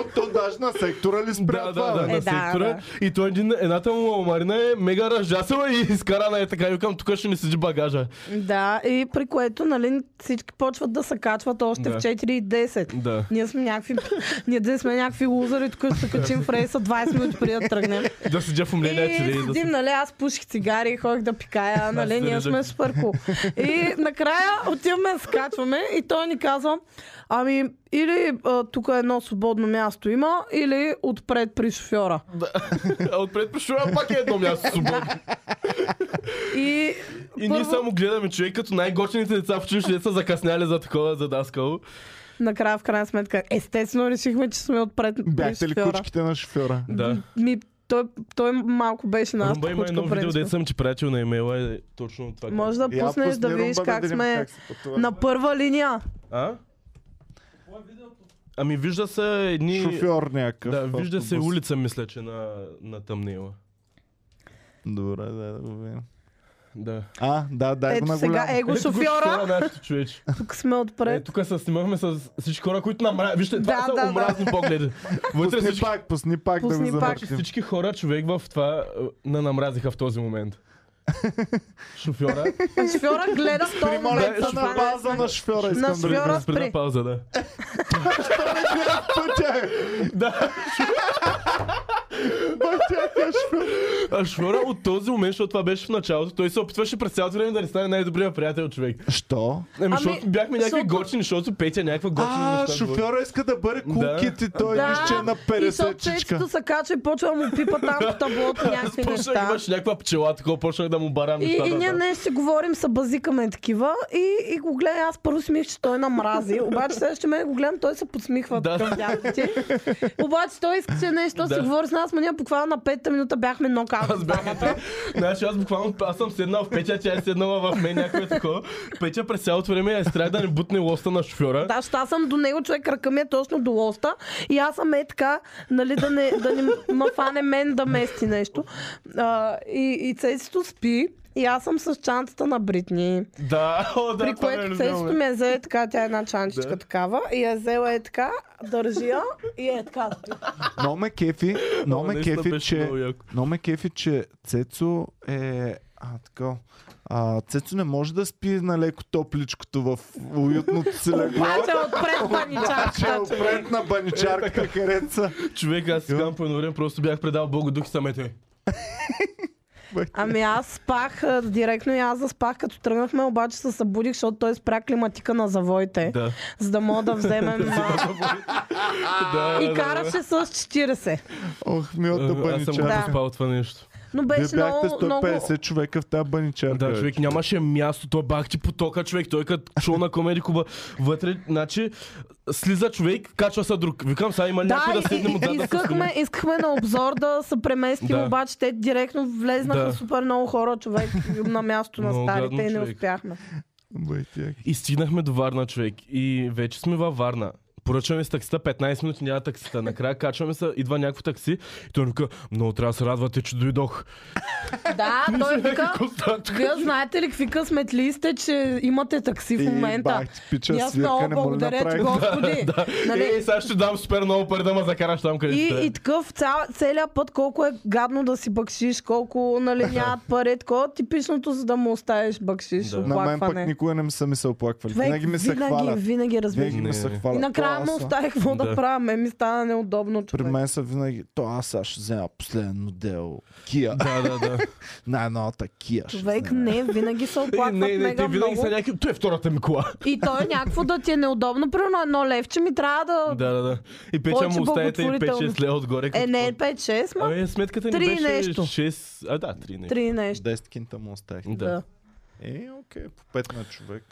От то даже на сектора ли спря Да, това, да, да, бе? на Е, да, сектора. И той един, едната му ламарина е мега разжасила и изкарана е така. И викам, тук ще ни седи багажа. Да, и при което нали, всички почват да се качват още Да. в 4 и 10. Да. Ние сме някакви, ние да сме някакви лузъри, тук ще се качим в рейса 20 минути преди да тръгнем. Да седя в умление, че да И и да седим, нали, аз пуших цигари, ходих да пикая, нали, да ние не сме да- супер кул. И накрая отиваме, скачваме и той ни казва, ами, или а, тук едно свободно място има, или отпред при шофьора. А отпред пришла пак е едно място свободно. И, И ние първо, само гледаме човек като най-готените деца в училище деца закъсняли за такова, за даскало. накрая в крайна сметка, естествено решихме, че сме отпред при Бяхте ли шофьора. кучките на шофьора? Да. Ми, той, той малко беше нашата Румба има кучка, едно видео, принципно. дето съм ти пратил на имейла е точно това. Може да Я пуснеш да пусни видиш Е, румба, как видим сме се пътува. на първа линия. А? Ами вижда се едни... Шофьор някакъв. Да, вижда се автобус. улица, мисля, че на, на тъмнила. Добре, да, да го видим. Да. А, да, дай го Ето на сега е- голям. его шофьора, шофьора. нашето човече. Тук сме Е, отпред. тук се снимахме с всички хора, които намра... Вижте, това Да, са да, да. омразни погледи. Вътре Пусни всички, пак, пусни пак да Пусни го пак. замъртим. всички хора, човек в това е, на намразиха в този момент. Шофьора. Шофьора гледа в този момент. Примолята на база на шофьора е- На искам да шофьора. видя. Спри на спри. пауза, да. Пътя е, Да. пътя е шофьор. А шофьора от този момент, защото това беше в началото, той се опитваше през цялото време да не стане най-добрия приятел човек. Що? Еми, Ами, защото бяхме някакви защото- готини, защото Петя някаква готина А, неща. говори. шофьора иска да бъде Да. кулкит и той виж, че е на и 50-чичка. съответството се качва и почва да му пипа там в таблото някакви Почнах, неща. имаш някаква пчела, такова почнах да му барам И, нещата. и ние да. не си говорим, се базикаме и такива и, и го гледам, аз първо си мислих, че той намрази, обаче следващия мен го гледам, той се подсмихва Да. към дядите. Обаче той искаше нещо да, Да. си говори с нас, но ние буквално на петата минута бяхме нокаут. Аз бях вътре. Значи аз буквално аз съм седнал в Петя, тя е седнала в мен някакво е такова. Петя през цялото време я страх да не бутне лоста на шофьора. Да, защото аз съм до него, човек, ръка ми е точно до лоста и аз съм е така, нали, да не, да не ма фане мен да мести нещо. А, и, и Цецито спи и аз съм с чантата на Бритни. Да, о, да, При това което е Цецито любимо. ми е взе така, тя е една чанчичка Да. такава и я взела е така, държи я и е така. Но ме кефи, но О, ме наистина кефи, беше че... много яко. Но ме кефи, че Цецо е... А, така. А, Цецо не може да спи на леко топличкото в уютното си легло. Обаче е отпред Че е паничарката. човек. опред на Е, баничарката кереца. Човек, аз сега по едно време просто бях предал Богу дух и самете. Ами аз спах а, директно и аз заспах като тръгнахме, обаче се събудих, защото той спря климатика на завоите, Да. за да мога да вземем а, Да, И да, да. караше с 40. Ох, Аз милата съм баничарка. го Да. проспал това нещо. Но Вие беше бяхте много, много... 150 човека в тази баничарка. Да, човек, нямаше място, то бах ти потока, човек. Той като шоу на Комеди Куба вътре, значи, слиза човек, качва се друг. Викам, сега има Да, някой да седне и, му да и, да се искахме, искахме на обзор да се преместим, Да. обаче те директно влезнаха Да. супер много хора, човек, на място на Много старите гадно, и не човек. успяхме. Бай, тя. И стигнахме до Варна, човек. И вече сме във Варна. Поръчваме с таксита, 15 минути няма таксита. Накрая качваме се, идва някакво такси и той ни казва, много трябва да се радвате, че дойдох. Да, той вика, Какво става тук? вие знаете ли какви късметли сте, че имате такси в И момента? Е, бах, ти И пича аз свирка, много не му ли благодаря ти, направи? Господи. Нали? Е, сега ще дам супер много пари да ме закараш там, където И, ще е. и такъв цял, целият път колко е гадно да си бъкшиш, колко нали, нямат пари, такова типичното, за да му оставиш бъкшиш. Да. На На мен пък оплакване. никога не ми са ми се оплаквали. Човек, Винаги ми се винаги, хвалят. Винаги, разбира. Винаги Не, ми се не. хвалят. И накрая То му аз съм. оставих какво да, Да. правя. Ме ми стана неудобно. При Човек. мен са винаги... То аз сега ще взема последен модел. Кия. Да, да, да. Най-новата Кия ще Човек, взема. не, винаги се Е, оплакват не, не, мега те винаги много. са някакви... Той е втората ми кола. И то е някакво да ти е неудобно. Примерно едно левче ми трябва да... Да, да, да. И Петя Повече му оставите и благотворително. 5-6 лева отгоре. Е, като- не, 5-6, ма. Абе, Ами, сметката ни Три беше нещо. 6... А, да, 3 нещо. Три нещо. 10 кинта му оставих. Да. Да. Е, окей, по 5 на човек.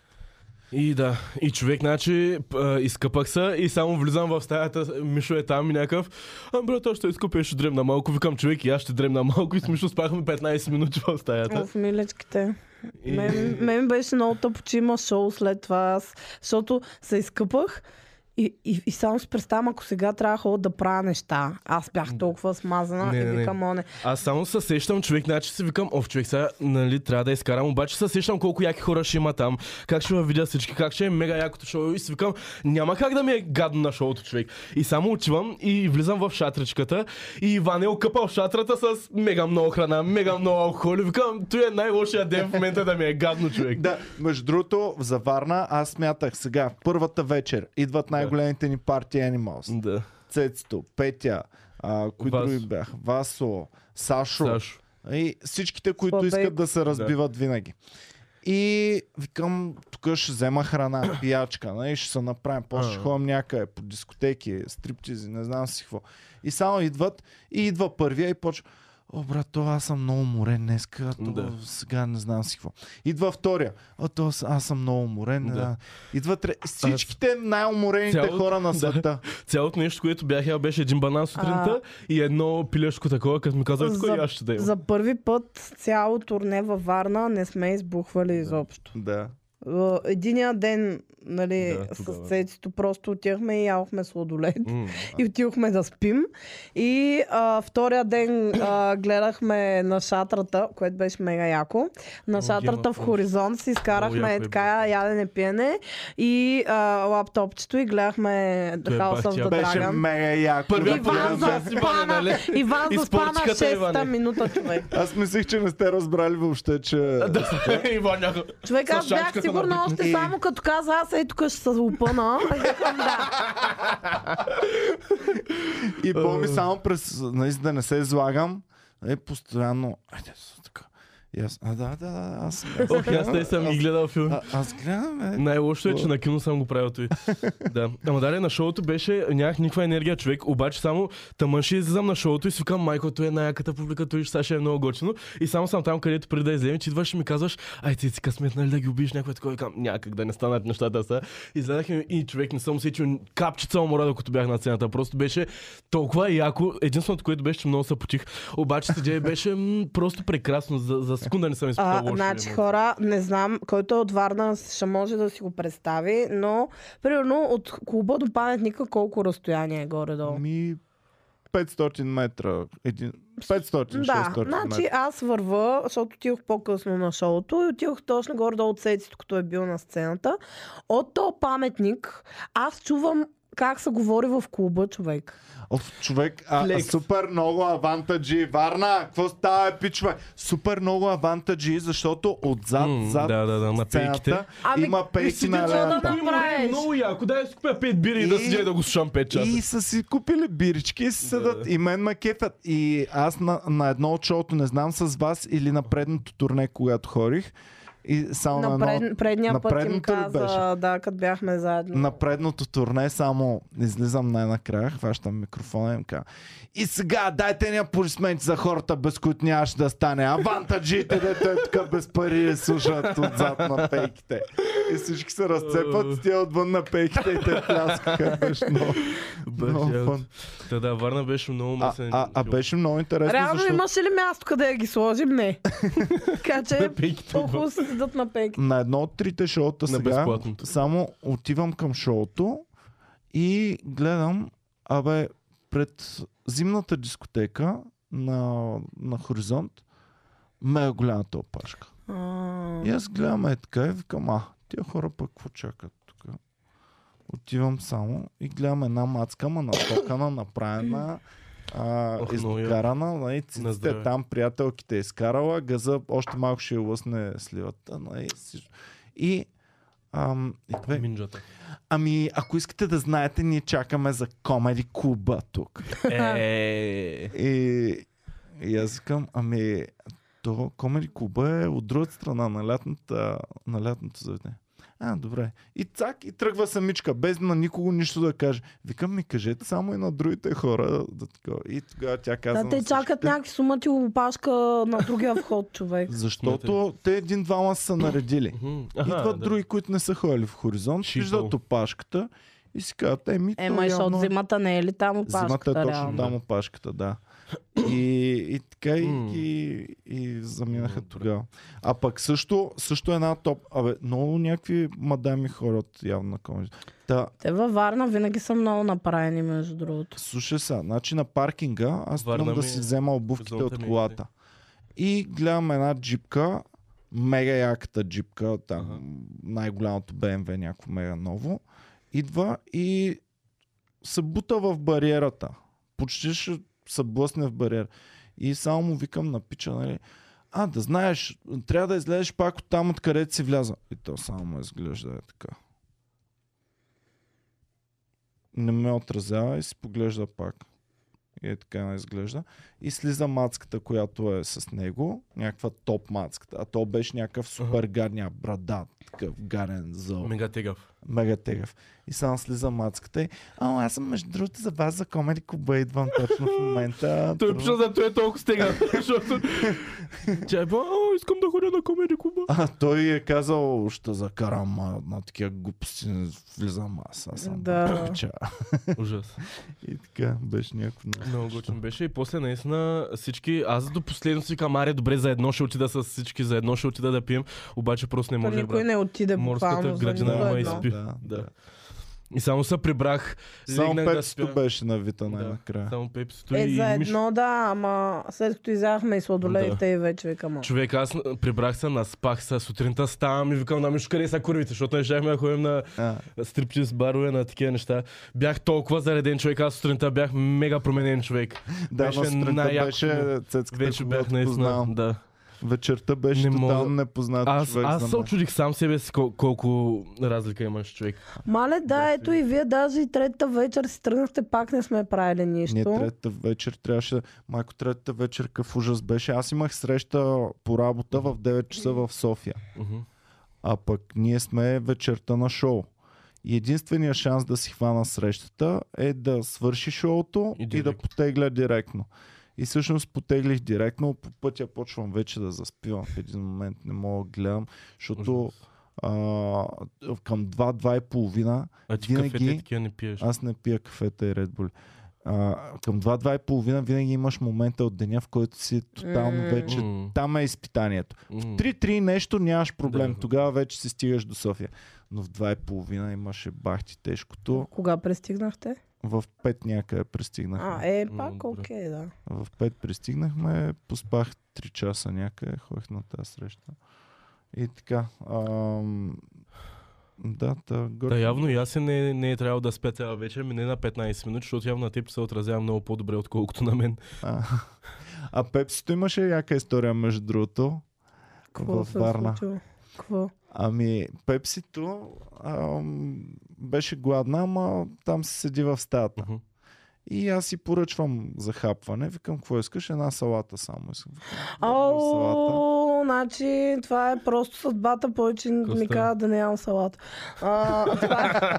И да, и човек, значи, п- а, изкъпах се и само влизам в стаята, Мишо е там и някакъв. А, брат, той ще изкъпя, ще дремна малко. Викам човек и аз ще дремна малко и с Мишо спахме 15 минути в стаята. Оф, милечките. И... Мен, мен беше много тъпо, че има шоу след това, аз, защото се изкъпах и, и, и само си представям, ако сега трябва да ходя да правя неща. Аз бях толкова смазана Не, и не, не. викам, о не. Аз само се сещам човек, значи си викам, ов човек, сега нали, трябва да изкарам, обаче се сещам колко яки хора ще има там, как ще ме видя всички, как ще е мега якото шоу и си викам, няма как да ми е гадно на шоуто човек. И само отивам и влизам в шатричката и Иван е окъпал шатрата с мега много храна, мега много алкохол и викам, той е най-лошия ден в момента да ми е гадно човек. Да, между другото, в Заварна аз смятах сега, първата вечер, идват най-големите ни партии Animals. да. Цецето, Петя, а, кои Васо. други бях, Васо, Сашо. Сашо. И всичките, които Слабейко. искат да се разбиват винаги. И викам, тук ще взема храна, пиячка, нали, ще се направим, после ще А. ходим някъде по дискотеки, стриптизи, не знам си какво. И само идват, и идва първия и почва. О, брат, то аз съм много уморен днеска, то Да. сега не знам си какво. Идва втория, а то аз- аз съм много уморен. Да. Да. Идва тре... всичките най-уморените Цялото- хора на да. света. Цялото нещо, което бях ял беше един банан сутринта и едно пилешко такова, като ми казах, За- тук и аз ще да имам. За първи път цяло турне във Варна не сме избухвали изобщо. Да. Е, Единия ден, нали, Да, тогава. с цецито просто отивахме и ялхме сладолет. М, И отидохме да спим. И а, втория ден а, гледахме на шатрата, което беше мега яко. На О, шатрата Гема, в Хоризонт си Много изкарахме яко е така ядене пиене и а, лаптопчето и гледахме То е The House бах of тя. the Беше Dragon. мега яко. Първия да Иван бъдем заедно. нали? заспана, Иван заспана Изпортиха те, 6-та Иване. минута, човек. Аз мислих, че не сте разбрали въобще, че... Да, Иван някой. Човек, С аз бях шашката сигурна набитна. още само като каза, аз ей тук ще се опъна. Викам, да. И помни само през, наистина да не се излагам, е постоянно, айде са така. И аз, а да, да, да, аз. аз Ох, аз не съм ги гледал филм. А, аз гледам, е. Най-лошото е, че на кино съм го правил той. да. Ама дали на шоуто беше, нямах никаква енергия човек, обаче само тъмън ще излизам на шоуто и си викам, майко, той е най-яката публика, той ще сега ще е много готино. И само съм там, където преди да излезем, че идваш и ми казваш, ай ти си късмет, нали да ги убиеш някой такова, викам, някак да не станат нещата сега. Излезах и, и човек не съм усетил капчица умора, докато бях на сцената. Просто беше толкова яко. Единственото, което беше, че много се потих. Обаче CJ беше м- просто прекрасно. За, за секунда не съм изпитал А, лоши значи емоции. хора, не знам, който е от Варна ще може да си го представи, но примерно от клуба до паметника колко разстояние е горе-долу? Ми 500 метра. Един, 500-600 Да, значи метра. аз върва, защото отидох по-късно на шоуто и отидох точно горе-долу от Сецито, като е бил на сцената. От то паметник аз чувам как се говори в клуба, човек. Оф, човек, а, а, Флекс. супер много авантаджи. Варна, какво става, е, пичове? Супер много авантаджи, защото отзад, М, зад да, да, да, на сцената пейките. Ами, има пейки на какво да лента. направиш? направиш? Много яко, дай да си купя 5 бири и, да И- си дей да го слушам 5 часа. И са си купили бирички и си седат. Да. И мен ме кефят. И аз на, на едно от шоуто, не знам с вас или на предното турне, когато ходих. И само на, На едно... пред, предния на път им предното ли каза, беше? да, като бяхме заедно. На предното турне само излизам най-накрая, хващам микрофона и им казвам. И сега дайте ни аплодисменти за хората, без които нямаше да стане. Авантаджите, дето е тук без пари слушат отзад на пейките. И всички се разцепват, с тия отвън на пейките и те пляскаха. Беше много, Бах, много я- фън. Да, да, Варна беше много А, мъсен. а, а беше много интересно, Реално защото... имаше ли място къде да ги сложим? Не. така че пейките толкова се седат на пейки. на едно от трите шоута На сега, безплатното. само отивам към шоуто и гледам, абе, пред зимната дискотека на, на Хоризонт, мега голяма тълпашка. А, И аз гледам е така и викам, а, тия хора пък какво чакат тук? Отивам само и гледам една мацка, ама натокана, направена, а, Ох, много яко. изкарана, нали, циците Наздраве. там, приятелките е изкарала, газа още малко ще я лъсне сливата, нали, всичко. И Ам, и бе, Минджата. ами, ако искате да знаете, ние чакаме за комеди клуба тук. Е, И, и аз викам, ами, то комеди клуба е от другата страна на, лятната, на лятното заведение. А, добре. И цак, и тръгва самичка, без на никого нищо да каже. Викам ми, кажете само и на другите хора. Да, такова. и тогава тя казва... да, на те всички, чакат някакви сумати опашка на другия вход, човек. Защото те един-двама са наредили. мгм. Аха, Аха, Идват да. други, които не са ходили в хоризонт, Шипал. виждат опашката и си казват, еми, то Ема и от явно... Е, зимата не е ли там Зимата е опашката точно реално? там опашката, да. И, и така и, М. и, и заминаха Добре. тогава. А пък също, също една топ. Абе, много някакви мадами хорат явно на комеди. Та, Те във Варна винаги са много направени, между другото. слушай сега, значи на паркинга аз Варна трябва да ми си е- взема обувките зоната от ми е колата. И гледам една джипка, мега яката джипка, там най-голямото BMW, някакво мега ново. Идва и се бута в бариерата. Почти ще се блъсне в бариера. И само му викам на пича, нали? А, да знаеш, трябва да излезеш пак от там, откъдето си вляза. И то само ме изглежда е така. Не ме отразява и си поглежда пак. И е така не изглежда. И слиза мацката, която е с него. Някаква топ мацката. А то беше някакъв супер гадния брада. Такъв гарен зъл. Мега тегав. Мега тегав. И само слиза мацката и а, аз съм между другото за вас за Комеди Куба идвам точно в момента. Той пише Трудно. за той е толкова стега, защото... Тя е била, «А, искам да ходя на комеди клуба. А той е казал, ще закарам а, на такива глупости, не влизам аз, аз съм Да. пича. Ужас. И така, беше някакво. Много готин беше и после наистина всички, аз до последно си казвам, аре, добре, за едно ще отида с всички, за едно ще отида да пием, обаче просто не То може, никой брат. не отиде Морската буквално за градина нито ама едно. изпи. Да. И само се прибрах, Само легнах да пепсито спя. беше навита най-накрая. Само пепсито Е, и за миш... едно, да, ама след като изяхме и сладоледите и вече викам. а. Човек, аз на- прибрах се, наспах се, сутринта ставам и викам на Мишо, къде са курвите, защото не щяхме да ходим на А, стриптиз барове, на такива неща. Бях толкова зареден човек, аз сутринта бях мега променен човек. Да, Беше беше най-яко. беше цецката, Вече бях когато наистина, познавам. да. Вечерта беше Не мога. тотално непознат Аз, човек аз за се мен. очудих сам себе си кол- колко разлика имаш човек. Мале, да, ето и вие даже и третата вечер си тръгнахте, пак не сме правили Ние нищо. третата вечер трябваше да... Майко, третата вечер какъв ужас беше. Аз имах среща по работа в 9 часа в София. Мгм. А пък ние сме вечерта на шоу. И единственият шанс да си хвана срещата е да свърши шоуто И и, и да директно. потегля директно. И всъщност потеглих директно, по пътя почвам вече да заспивам в един момент, не мога да гледам, защото а, към 2-2,5 А ти Винаги- кафете и такива не пиеш. аз не пия кафета и Red Bull. А, към 2-2,5 винаги имаш момента от деня, в който си тотално М. вече. М, Там е изпитанието. м. 3-3 нещо нямаш проблем. Да. Тогава вече си стигаш до София. Но в 2,5 имаше бахти тежкото. Кога пристигнахте? В 5 някъде пристигнахме. А, е, М, пак добре. окей, да. В 5 пристигнахме, поспах 3 часа някъде, ходих на тази среща. И така. Ам... Да, та, горе. Да, явно и аз се не, не е трябвало да спя цяла вечер, ми не на 15 минути, защото явно на теб се отразява много по-добре, отколкото на мен. А, а Пепсито имаше яка история, между другото. Какво Във се е Варна. случило? Какво? Ами, Пепсито ам, беше гладна, ама там се седи в стаята. Мгм. И аз си поръчвам за хапване. Викам, какво искаш? Една салата само искам. Викам, добре, салата. О, значи това е просто съдбата, повече Какво ми става? каза да не ям салат. А, това-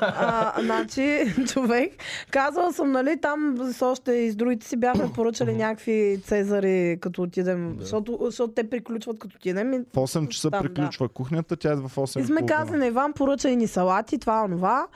а, значи, човек, казвала съм, нали, там с още и с другите си бяхме поръчали някакви цезари, като отидем, Да. защото, защото те приключват като отидем. И, В 8 часа Там, да. приключва кухнята, тя е в 8 и сме казали на Иван, поръча и ни салати, това, онова.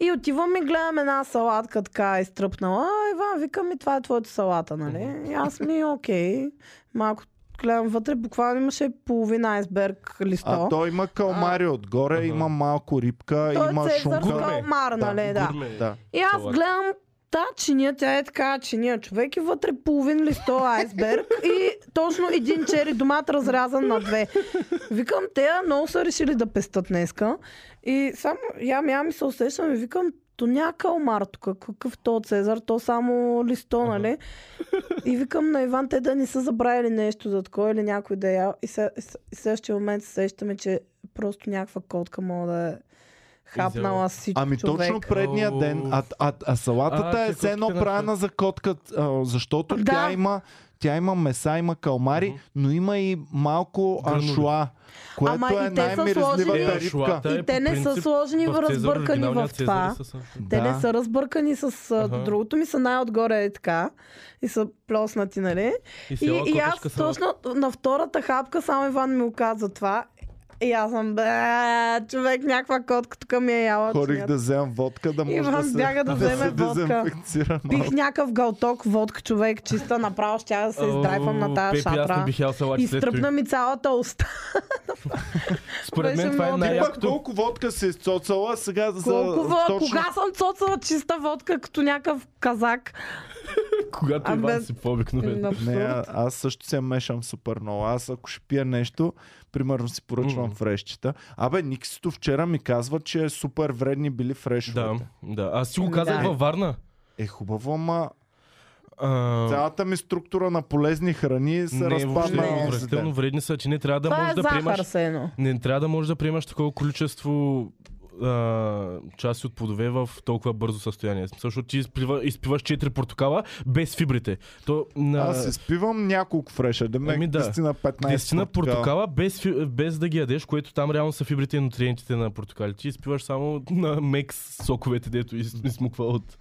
И отивам и гледам една салатка така изтръпнала. А, Иван, вика ми, това е твоята салата, нали? И аз ми, окей, малко гледам вътре, буквално имаше половина айсберг листо. А той има калмари отгоре, Ага. има малко рибка, Той има е цезар шунка. Гурме. калмар, нали, да. Гурме. Да. И аз Салата. гледам та чиния, тя е така чиния човек и вътре половин листо айсберг и точно един чери домат разрязан на две. Викам, те много са решили да пестат днеска. И само ям, ям и се усещам и викам, то няма калмар тук, какъв то Цезар, то само листо, нали? И викам на Иван, те да не са забравили нещо за такова или някой да я. И се- с- и следващия момент се сещаме, че просто някаква котка мога да е хапнала всичко Ами човек. точно предния ден, а, а, а салатата А, е че все едно котките на- правена за котка, а, защото Да. тя има тя има меса, има калмари, Мгм. но има и малко Гранули. аншуа, което Ама е и те са сложени- най-миризливата Е, рибка. аншуата. Та е И те по не са принцип сложени, В Цезар, разбъркани оригиналният в Цезар това. са само- Те Да. не са разбъркани с а, Аха. другото ми, са най-отгоре е така. И са плоснати, нали? И, И, цяла и аз котешка салата. точно на втората хапка само Иван ми оказа това. И аз съм, бе, човек, някаква котка тук ми е яла. Хорих чинията. да вземам водка, да може да Иван се, бяга се да вземе водка. дезинфекцира малко. Пих някакъв галток водка, човек, чиста, направо щях да се издрайвам на О, тази Пепи, аз не шатра. бих ял салати И след това. стръпна ми цялата уста. Според мен беше това е много Ти най-яко. пък колко водка си изцоцала, сега за Колко, вод- точно... Кога съм цоцала чиста водка, като някакъв казак? Когато Абе, Иван си по-обикновен. Не, Абсурд. а- аз също се мешам супер много. Аз ако ще пия нещо, примерно си поръчвам Мгм. фрещчета. Абе, Никсито вчера ми казва, че е супер вредни били Да, фрешовете. да. Аз си го Ами, казах да. във Варна. Е, хубаво, ама А, цялата ми структура на полезни храни се не, въобще разпадна. не. онзи отвратително ден. вредни са, че не трябва да Това е можеш да захар, приемаш все едно. не трябва да можеш да приемаш такова количество а, части от плодове в толкова бързо състояние. В Смисъл, защото ти изпива, изпиваш 4 портокала без фибрите. То, на... Аз изпивам няколко фреша, да ме Ами да. 10 на 15. Десетина портокала без, фи- без да ги ядеш, което там реално са фибрите и нутриентите на портокалите. Изпиваш само на мекс соковете, дето из- измуква от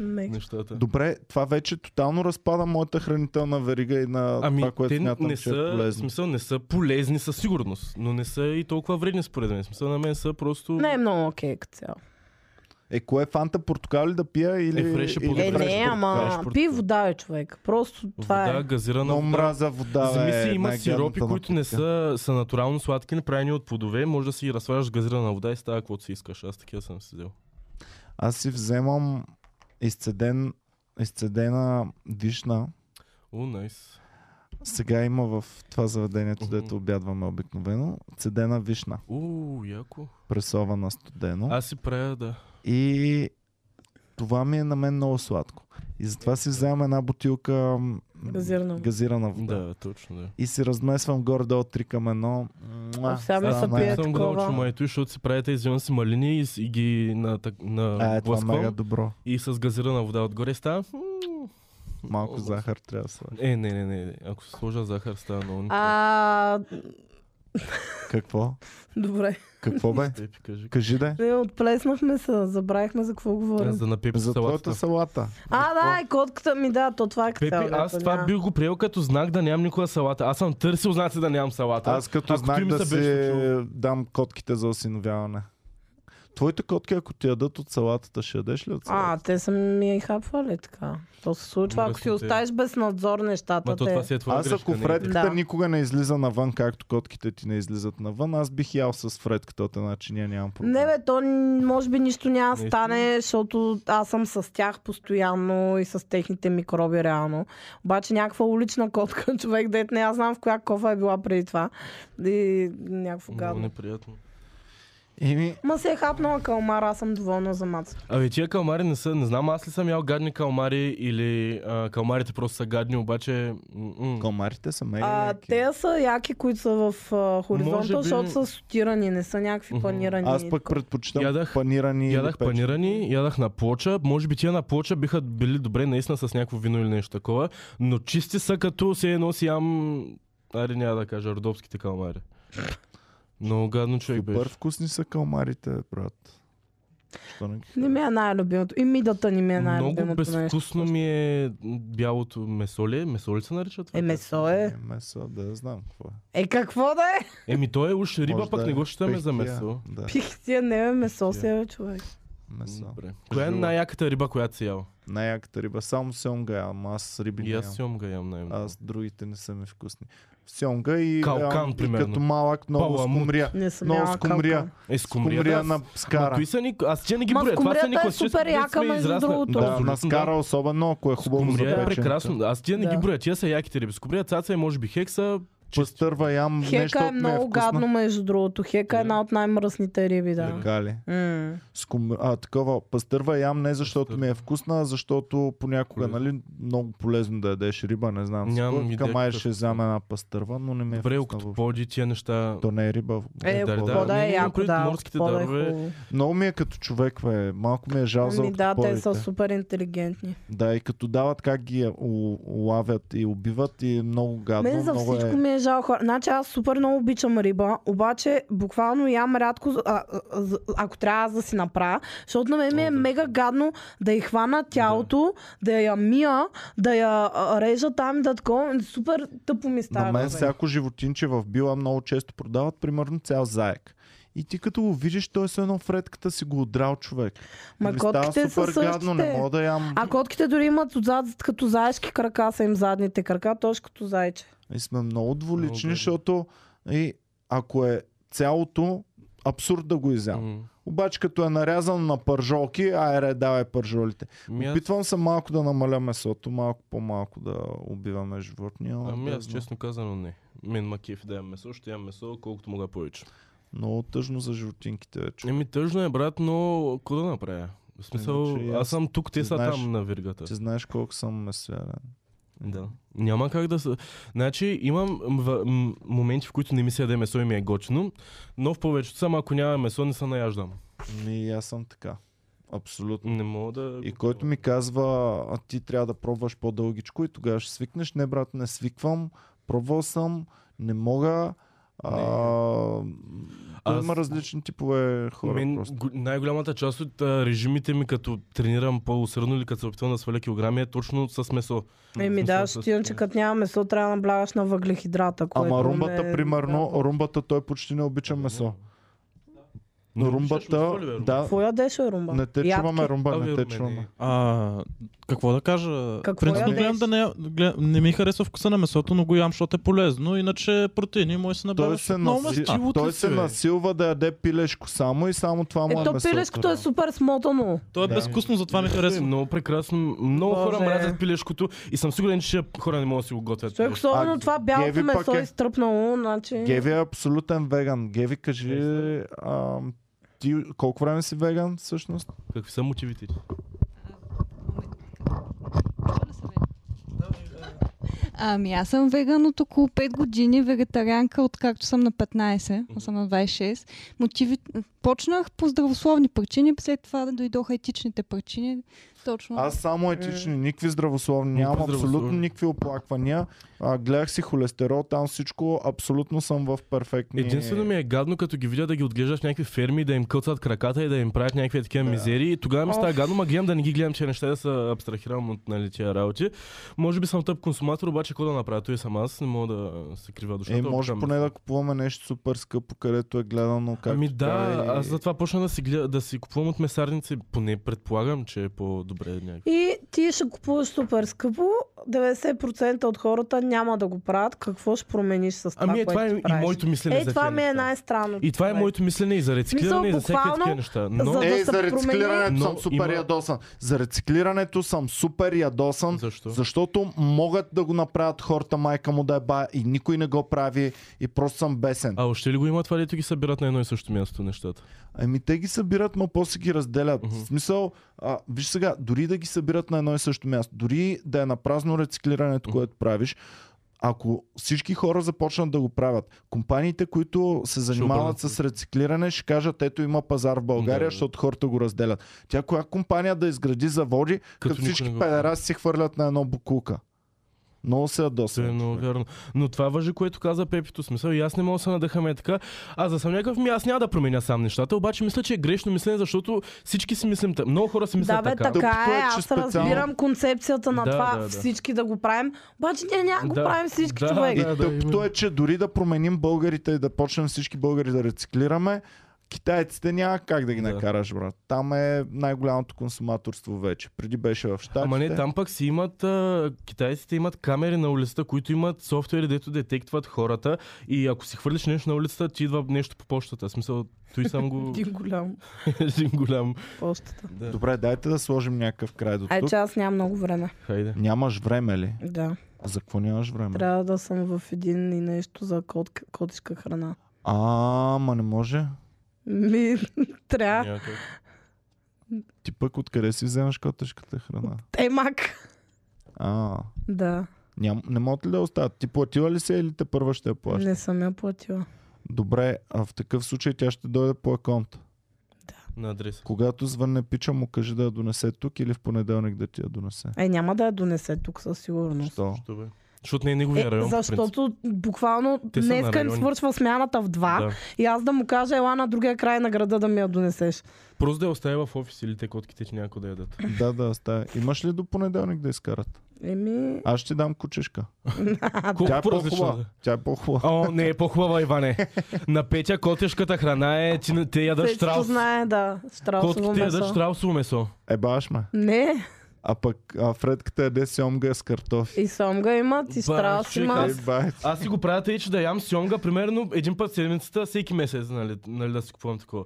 Мега. нещата. Добре, това вече тотално разпада моята хранителна верига и на Ами, това, което те смятам, не че са, е в полезно. смисъл, не са полезни със сигурност, но не са и толкова вредни според мен. В Смисъл на мен са просто... Не е много окей като цяло. Е, кое е фанта портокал ли да пия или... Е, фреш е или по-добре. Е, фреш не, портокал? Фреш ама портокал. пи вода, бе, човек. Просто това вода, е. газирана Но е вода. мраза вода, бе, Зами си, има най-гадната сиропи, напитка. които не са, са натурално сладки, направени от плодове. Може да си ги разсваляш с газирана вода и става каквото си искаш. Аз такива съм си взел. Аз си вземам изцеден, изцедена вишна. О, найс. Сега има в това заведението, Мгм. дето обядваме обикновено. Цедена вишна, О, яко. пресована студено. Аз си правя, да. И това ми е на мен много сладко. И затова си вземам една бутилка м, Газирана. газирана вода. Да, точно, да. И си размесвам горе-долу 3 към 1. А сега ми се пие Аз съм го е такова. научил майто, защото си правите изявам си малини и, с- и ги на, так- на А, е, това е блъсквам мега добро. и с газирана вода отгоре става. м, Малко много захар трябва да се. сложи. Е, не, не, не, не. Ако се сложа захар, става много. А... А, Какво? добре. Какво бе? Епи, кажи. Кажи да. Не, отплеснахме се, забравихме за какво Аз говорим. да напипи За твоята салатата. салата. А, да, и котката ми, да, то това е като Пепи, цяло. аз дето това няма. бих го приел като знак да нямам никога салата. Аз съм търсил знаци да нямам салата. Аз като Ако ти знак ми да се беше си случило. дам котките за осиновяване. Твоите котки, ако ти ядат от салатата, ще ядеш ли от А, салата? те са ми и хапвали така. То се случва, ако си Мръсните. оставиш без надзор нещата. Ма то те... това си е твоя аз грешка, ако не е фредката Да. никога не излиза навън, както котките ти не излизат навън, аз бих ял с фредката от една чиния, нямам проблем. Не бе, то н- може би нищо няма да Наистина. стане, защото аз съм с тях постоянно и с техните микроби реално. Обаче някаква улична котка, човек, дет не аз знам в коя кофа е била преди това. И някакво Много гадно. неприятно. Ими, Ма се е хапнала калмара, аз съм доволна за мацата. Абе, тия калмари не са, не знам аз ли съм ял гадни калмари или а, калмарите просто са гадни, обаче... м-м. комарите са мега А, яки. те са яки, които са в а, Може хоризонта, би- защото са сотирани, не са някакви Мгм. планирани. Аз пък предпочитам Ядах- панирани или Ядах печени. панирани, ядах на плоча. Може би тия на плоча биха били добре наистина с някакво вино или нещо такова, но чисти са като се едно си ям... Аре няма да кажа, родопските калмари. Много гадно човек Супер беше. вкусни са калмарите, брат. Що не ги Не ми е най-любимото. И мидата ни ми е Много най-любимото нещо. безвкусно ми е бялото месо ли? е? Месо ли се нарича това? Е, месо е. Е, месо, да я знам какво е. Е, какво да е? Еми то е уж риба, Може пък да не е го считаме за пехтия. месо. Да, Пихтия, не е месо, си е, човек. месо. Добре. Коя е Жила. най-яката риба, която си ял? Най-яката риба. Само сьомга ям, ама аз риби не И ям. аз сьомга ям най-много. Аз другите не са ми вкусни. Сьомга и, Калкан, ам, и примерно. като малък много Паламут. скумрия. Не съм Много яла скумрия. калкан. Е, Скумрия скумрията. на аз- Ма, скара. кои са ни... Аз тия не ги Ма броя. Това са ни скумрията е класически, супер които яка, сме между израснали. другото. Да, абсолютно, на скара особено, ако е хубаво за Скумрия е печенето. прекрасно. Аз тия не ги Да. броя. Тия са яките риби. Скумрия, цаца и може би хекса. Пастърва ям нещо, Хека е от ми е много вкусна. гадно, между другото. Хека е една от най-мръсните риби, да. Така ли? М. Е, Скум... А, такова, пастърва ям не защото ми е вкусна, а защото понякога, Полезно. нали, много полезно да ядеш риба, не знам. Нямам Нямам идея май какъв ще е. взема една пастърва, но не ми е Добре, вкусна. като във- поди тия неща. То не е риба. Е, Е, да, ако да. пода Ние е имаме яко, предвид да. морските ако пода е дърве. хубаво. Много ми е като човек, бе. Малко ми е жал за Ами да, те са отпорите. супер интелигентни. Да, и като дават как ги е у- лавят и убиват и е много гадно. Мен за много всичко е... ми е жал хора. Значи аз супер много обичам риба, обаче буквално ям рядко, а, а, а, ако трябва аз да си направя, защото на мен ми О, е да. мега гадно да й хвана тялото, да, я мия, да я а, режа там и да такова. Супер тъпо ми е става. На мен бе. всяко животинче в била много често продават, примерно цял заек. И ти като го видиш, той с едно фредката си го отдрал човек. Ма И ми става котките са супер гадно, не същите. мога да ям. А котките дори имат отзад като заешки крака, са им задните крака, точно като зайче. И сме много Много е. дволични, гадно. защото и ако е цялото, абсурд да го изям. М. Обаче като е нарязан на пържолки, айре, давай пържолите. Ми Ами аз- Опитвам се малко да намаля месото, малко по-малко да убиваме животни. ама Ами да аз знам. честно казано не. Мен ма кеф да ям месо, ще ям месо колкото мога повече. Много тъжно за животинките вече. Еми тъжно е брат, но какво да направя? В смисъл, Иначе Значи, аз- аз съм тук, ти те са знаеш- там на виргата. Ти знаеш колко съм меселен. Да. Няма как да се... Значи имам в, м- моменти, в които не ми се яде месо и ми е гочно, но в повечето съм, ако няма месо, не се наяждам. Ми, и аз съм така. Абсолютно. Не мога да... И който ми казва, а ти трябва да пробваш по-дългичко и тогава ще свикнеш. Не, брат, не свиквам. Пробвал съм, не мога. А, а, Аз- Ами, има различни типове хора. Мен, просто. го- най-голямата част от а, режимите ми, като тренирам по-усърдно или като се опитвам да сваля килограми, е точно с месо. Еми Мисля, да, с- защото иначе като няма месо, трябва да наблягаш на въглехидрата. Което Ама румбата, е не... е примерно, румбата той почти не обича месо. Но Ами, Не обичаш румбата, месо ли, бе, румба? да, Какво ядеш, бе, румба? не те Ядки. чуваме румба, Абе, не те румене. чуваме. А, какво да кажа? Какво Принципно ядеш? гледам да не, гледам, не ми харесва вкуса на месото, но го ям, защото е полезно. Иначе протеини му се Той набавят. се, много наси... места. той се насилва да яде пилешко само и само това му е Ето месото. пилешкото е супер смотано. То е Да. безвкусно, затова ми Е, харесва. много прекрасно. Много Боже. хора мразят пилешкото и съм сигурен, че хора не могат да си го готвят. Човек, особено А, това бялото Геви пък месо е- е изтръпнало, значи... Геви е абсолютен веган. Геви, Е, кажи, а, ти колко време си веган всъщност? Какви са мотивите? ти? Ами аз съм веган от около 5 години, вегетарианка откакто съм на 15, а съм на 26. Мотиви... Почнах по здравословни причини, след това дойдоха етичните причини. Точно. Аз Е. само етични, никакви здравословни, нямам здравословни. абсолютно никакви оплаквания. А, гледах си холестерол, там всичко, абсолютно съм в перфектни... Единствено ми е гадно, като ги видя да ги отглеждаш в някакви ферми, да им кълцат краката и да им правят някакви такива мизерии. И тогава ми става Оф. гадно, ма гледам да не ги гледам, че неща да се абстрахирам от нали, тия работи. Може би съм тъп консуматор, обаче какво да направя? Той съм аз, не мога да се крива душата. Е, може обичам поне месо. да купуваме нещо супер скъпо, където е гледано как. Ами да, аз затова почна да си, гледа, да си купувам от месарници, поне предполагам, че е по-добре някакво. И ти ще купуваш супер скъпо, 90% от хората няма да го правят. Какво ще промениш с това, Ами е, това е което и правиш? моето мислене Е, за това тия ми е неща. най-странното. И това е човек. моето мислене и за рециклиране, и за всеки буквално, такива неща. Но... за да Ей, се Е, за промени. рециклирането Но съм супер има- ядосан. За рециклирането съм супер ядосан, Защо? защото могат да го направят хората, майка му да е ба и никой не го прави и просто съм бесен. А още ли го има това, дето ги събират на едно и също място нещата? Ами те ги събират, но после ги разделят. Мгм. В смисъл, а, виж сега, дори да ги събират на едно и също място, дори да е на празно рециклирането, което правиш, ако всички хора започнат да го правят, компаниите, които се занимават обърнат. с рециклиране, ще кажат, ето има пазар в България, Да. защото хората го разделят. Тя коя компания да изгради заводи, като, никой не всички го педераси си хвърлят на едно букулка? Много се Това е много ядосвам. вярно. Но това въжи, което каза Пепито, смисъл и аз не мога да се надъхаме е така. Аз да съм някакъв, ми аз няма да променя сам нещата, обаче мисля, че е грешно мислене, защото всички си мислим, та- много хора си мислят Да, бе, така. така, Тъпото е, е. че Аз специално- разбирам концепцията на Да, това да, да. всички да го правим. Обаче ние няма да го Да, правим всички, да, човек. И да, тъпто именно. е, че дори да променим българите и да почнем всички българи да рециклираме, китайците няма как да ги Да. накараш, брат. Там е най-голямото консуматорство вече. Преди беше в Штатите. Ама не, там пък си имат, а, китайците имат камери на улицата, които имат софтуери, дето детектват хората и ако си хвърлиш нещо на улицата, ти идва нещо по почтата. В Смисъл, той сам го... Един голям Един голям... постата. Да. Добре, дайте да сложим някакъв край до Ай, тук. че аз нямам много време. Хайде. Нямаш време ли? Да. За какво нямаш време? Трябва да съм в един и нещо за кот, котишка храна. А, ма не може. Ми, трябва. Няма как. Ти пък откъде си вземаш котешката храна? Ей, мак. А, Да, ням, не могат ли да остават? Ти платила ли си или те първа ще я плащаш? не съм я платила. Добре, а в такъв случай тя ще дойде по аконт. На адреса. Когато звънне пича му кажи да я донесе тук или в понеделник да ти я донесе. Е, няма да я донесе тук със сигурност. Що? Що бе? Защото не е неговия Е, район. по принцип. защото буквално Те са на днеска им райони. свършва смяната в 2 Да. и аз да му кажа, ела на другия край на града да ми я донесеш. Просто да я оставя в офис или те котките, че някой да ядат. Да, да, стая. Имаш ли до понеделник да изкарат? Еми, Аз ще дам кучешка. Тя Колко е по-различно. по-хубава. да. Тя е по-хубава. О, не е по-хубава, Иване. На Петя котешката храна е, ти, те ядат Сечето штраус. знае, да, штраусово Котките ядат месо. штраусово месо. Е, баш ме. Не, А пък а, Фредката е яде сьомга с картофи. и сомга имат, и Ба, страус човек, имат. аз- Е, бай. Аз си го правя тъй, че да ям сьонга, примерно един път в седмицата, всеки месец, нали, нали да си купувам такова.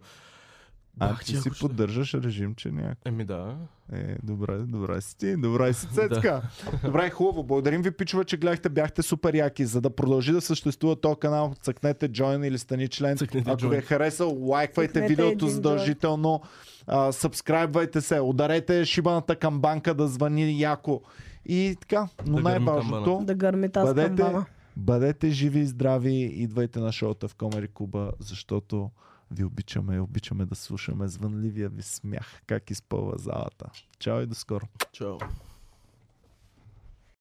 А Бах е ти, ти си ако ще- поддържаш режим, че някак. Еми да. Е, добре, добре си ти, добре си цецка. добре, хубаво. Благодарим ви, пичове, че гледахте. Бяхте супер яки. За да продължи да съществува този канал, цъкнете join или стани член. Цъкнете Ако join. ви е харесал, лайквайте Цъкнете видеото един задължително. А, сабскрайбвайте се, ударете шибаната камбанка да звъни яко. И така, но Да гърми най-важното, Да гърми тази бъдете, камбана. бъдете живи и здрави, идвайте на шоута в Комери Куба, защото Ви обичаме, обичаме да слушаме звънливия ви смях, как изпълва залата. Чао и до скоро. Чао.